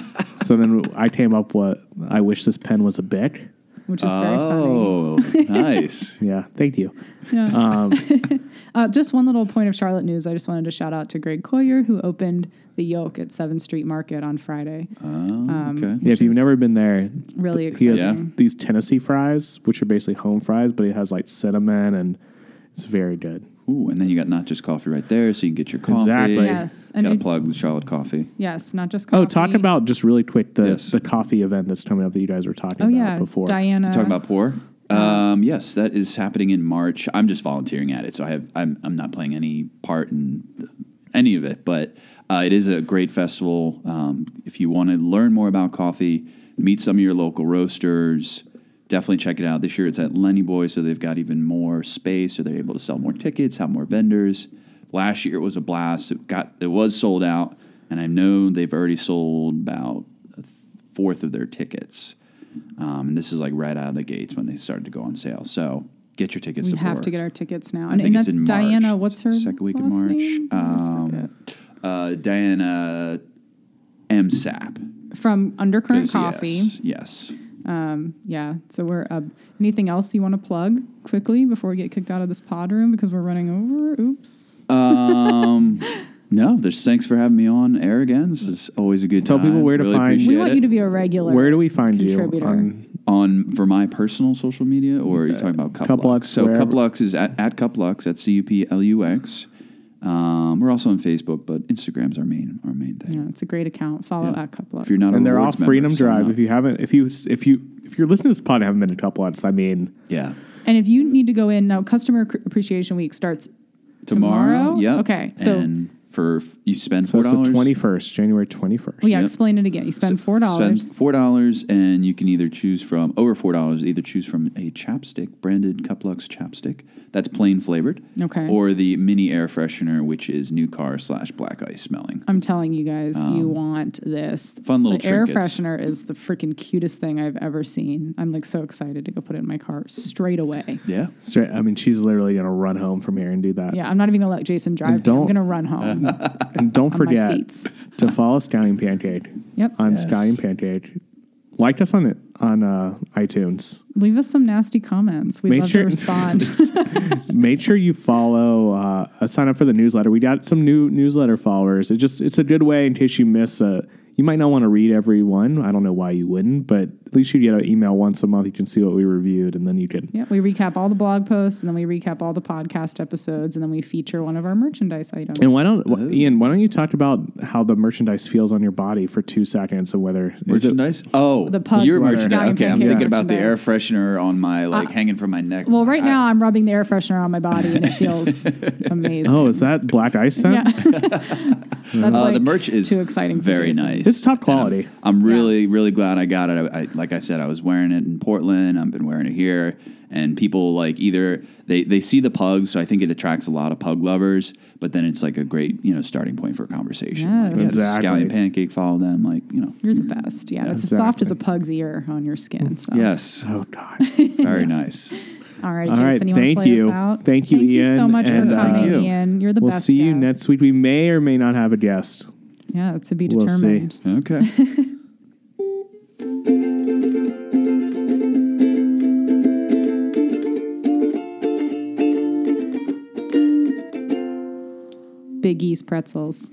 Speaker 2: So then I came up with I wish this pen was a Bic.
Speaker 1: which is very funny.
Speaker 3: Oh,
Speaker 1: [laughs]
Speaker 3: nice.
Speaker 2: Yeah, thank you.
Speaker 3: Um,
Speaker 1: Uh, just one little point of Charlotte news. I just wanted to shout out to Greg Coyer, who opened the Yoke at 7th Street Market on Friday.
Speaker 3: Oh, okay.
Speaker 1: Um,
Speaker 2: Yeah, if you've never been there,
Speaker 1: Really
Speaker 2: he has
Speaker 1: exciting.
Speaker 2: these Tennessee fries, which are basically home fries, but it has like cinnamon and it's very good.
Speaker 3: Ooh, and then you got not just coffee right there, so you can get your coffee.
Speaker 2: Exactly.
Speaker 1: Yes, and
Speaker 3: Got to
Speaker 1: it-
Speaker 3: plug the Charlotte coffee.
Speaker 1: Yes, not just coffee.
Speaker 2: Oh, talk about just really quick the,
Speaker 3: Yes.
Speaker 2: the coffee event that's coming up that you guys were talking
Speaker 1: Oh,
Speaker 2: about
Speaker 1: yeah.
Speaker 2: before.
Speaker 1: Diana.
Speaker 3: Talk about pour. Um, yes, that is happening in March. I'm just volunteering at it, so I have I'm I'm not playing any part in th- any of it. But uh, it is a great festival. Um, if you want to learn more about coffee, meet some of your local roasters. Definitely check it out. This year it's at Lenny Boy, so they've got even more space, so they're able to sell more tickets, have more vendors. Last year it was a blast. It got it was sold out, and I know they've already sold about a th- fourth of their tickets. Um, and this is like right out of the gates when they started to go on sale. So get your tickets.
Speaker 1: We
Speaker 3: to
Speaker 1: have
Speaker 3: Bora.
Speaker 1: to get our tickets now.
Speaker 3: I
Speaker 1: And,
Speaker 3: think
Speaker 1: and
Speaker 3: it's
Speaker 1: that's
Speaker 3: in March.
Speaker 1: Diana. What's her
Speaker 3: second week in
Speaker 1: last
Speaker 3: March?
Speaker 1: name? I always forget.
Speaker 3: Um, uh, Diana MSAP.
Speaker 1: From Undercurrent Coffee.
Speaker 3: Yes, yes.
Speaker 1: Yeah. So we're uh, anything else you want to plug quickly before we get kicked out of this pod room because we're running over. Oops.
Speaker 3: Um, [laughs] no, there's thanks for having me on air again. This is always a good
Speaker 2: Tell
Speaker 3: time.
Speaker 2: people where to
Speaker 3: Really
Speaker 2: find-
Speaker 1: we
Speaker 3: appreciate
Speaker 1: want
Speaker 3: it.
Speaker 1: you to be a regular.
Speaker 2: Where do we find you?
Speaker 1: Contributor.
Speaker 2: On,
Speaker 3: on for my personal social media, or are you talking about Cup
Speaker 2: Cup
Speaker 3: Lux?
Speaker 2: Lux,
Speaker 3: So
Speaker 2: Uh, wherever.
Speaker 3: Cup Lux is at, at Cup Lux at C U P L U X. Um, we're also on Facebook, but Instagram's our main our main thing.
Speaker 1: Yeah, it's a great account. Follow
Speaker 3: Yeah.
Speaker 1: at Couple.
Speaker 3: If you're not, a
Speaker 2: and they're all
Speaker 3: rewards member,
Speaker 2: Freedom
Speaker 3: sign
Speaker 2: Drive.
Speaker 3: up.
Speaker 2: If you haven't, if you if you if you're listening to this pod and haven't been to Cup Lots, I mean,
Speaker 3: yeah,
Speaker 1: and if you need to go in now, Customer Cr- Appreciation Week starts
Speaker 3: tomorrow. Yep.
Speaker 1: Okay. So
Speaker 3: and for f- you spend
Speaker 2: so
Speaker 3: four
Speaker 2: it's the
Speaker 3: dollars.
Speaker 2: twenty first, January twenty first.
Speaker 1: well, yeah,
Speaker 3: Yep.
Speaker 1: explain it again. You spend four dollars.
Speaker 3: Spend four dollars, and you can either choose from over four dollars. Either choose from a chapstick, branded Cup Lux chapstick that's plain flavored,
Speaker 1: Okay.
Speaker 3: or the mini air freshener, which is new car slash black ice smelling.
Speaker 1: I'm telling you guys, you want this.
Speaker 3: Um, fun little
Speaker 1: the air
Speaker 3: trinkets.
Speaker 1: freshener is the freaking cutest thing I've ever seen. I'm like so excited to go put it in my car straight away.
Speaker 3: Yeah.
Speaker 2: Straight, I mean, she's literally gonna run home from here and do that.
Speaker 1: Yeah, I'm not even gonna let Jason drive. me. I'm
Speaker 2: don't-
Speaker 1: gonna run
Speaker 3: [laughs]
Speaker 1: home.
Speaker 2: And don't
Speaker 1: my
Speaker 2: forget
Speaker 1: feets.
Speaker 2: to follow Scallion Pancake.
Speaker 1: Yep.
Speaker 2: On
Speaker 3: Yes.
Speaker 2: Scallion Pancake. Like us on it on uh, iTunes.
Speaker 1: Leave us some nasty comments. We'd
Speaker 2: Make
Speaker 1: love
Speaker 2: sure-
Speaker 1: to respond.
Speaker 3: [laughs]
Speaker 1: [laughs]
Speaker 2: Make sure you follow, uh, uh, sign up for the newsletter. We got some new newsletter followers. It just it's a good way in case you miss a. You might not want to read every one. I don't know why you wouldn't, but at least you get an email once a month. You can see what we reviewed, and then you can.
Speaker 1: yeah, we recap all the blog posts and then we recap all the podcast episodes and then we feature one of our merchandise items.
Speaker 2: And why don't wh- Ian? Why don't you talk about how the merchandise feels on your body for two seconds and whether is it
Speaker 3: Merchandise? oh,
Speaker 1: The pug
Speaker 3: your
Speaker 1: sweater. Scallion
Speaker 3: merchandise. Okay, I'm
Speaker 1: pancake
Speaker 3: thinking about the air
Speaker 1: merchandise. Uh,
Speaker 3: freshener on my like hanging from my neck.
Speaker 1: well, right now I'm rubbing the air freshener on my body and it
Speaker 2: [laughs]
Speaker 1: feels amazing.
Speaker 2: oh, is that black ice scent?
Speaker 1: yeah. [laughs] That's
Speaker 3: Uh,
Speaker 1: like
Speaker 3: the merch is
Speaker 1: too exciting. for
Speaker 3: Very
Speaker 1: Jason.
Speaker 3: nice.
Speaker 2: It's top quality.
Speaker 3: I'm really, really glad I got it. I, I, like I said, I was wearing it in Portland. I've been wearing it here, and people like either they they see the pugs, so I think it attracts a lot of pug lovers. But then it's like a great you know starting point for a conversation. Like,
Speaker 1: Yes.
Speaker 2: Exactly.
Speaker 3: Scallion pancake, follow them. Like you know,
Speaker 1: You're the best. Yeah, it's as soft
Speaker 2: Exactly.
Speaker 1: as a pug's ear on your skin. So.
Speaker 3: yes,
Speaker 2: Oh
Speaker 1: [laughs]
Speaker 2: God.
Speaker 3: very nice.
Speaker 1: All right,
Speaker 2: All
Speaker 1: Jason,
Speaker 2: right,
Speaker 1: you want to
Speaker 2: thank
Speaker 1: play
Speaker 2: you.
Speaker 1: us out?
Speaker 2: Thank you, Ian,
Speaker 1: so much
Speaker 2: and,
Speaker 1: for
Speaker 2: uh,
Speaker 1: coming,
Speaker 3: Thank you.
Speaker 1: Ian. You're the
Speaker 2: we'll
Speaker 1: best.
Speaker 2: see you
Speaker 1: guest.
Speaker 2: next week. We may or may not have a guest.
Speaker 1: Yeah, it's to be
Speaker 2: We'll see.
Speaker 1: determined.
Speaker 3: Okay.
Speaker 1: Big East pretzels.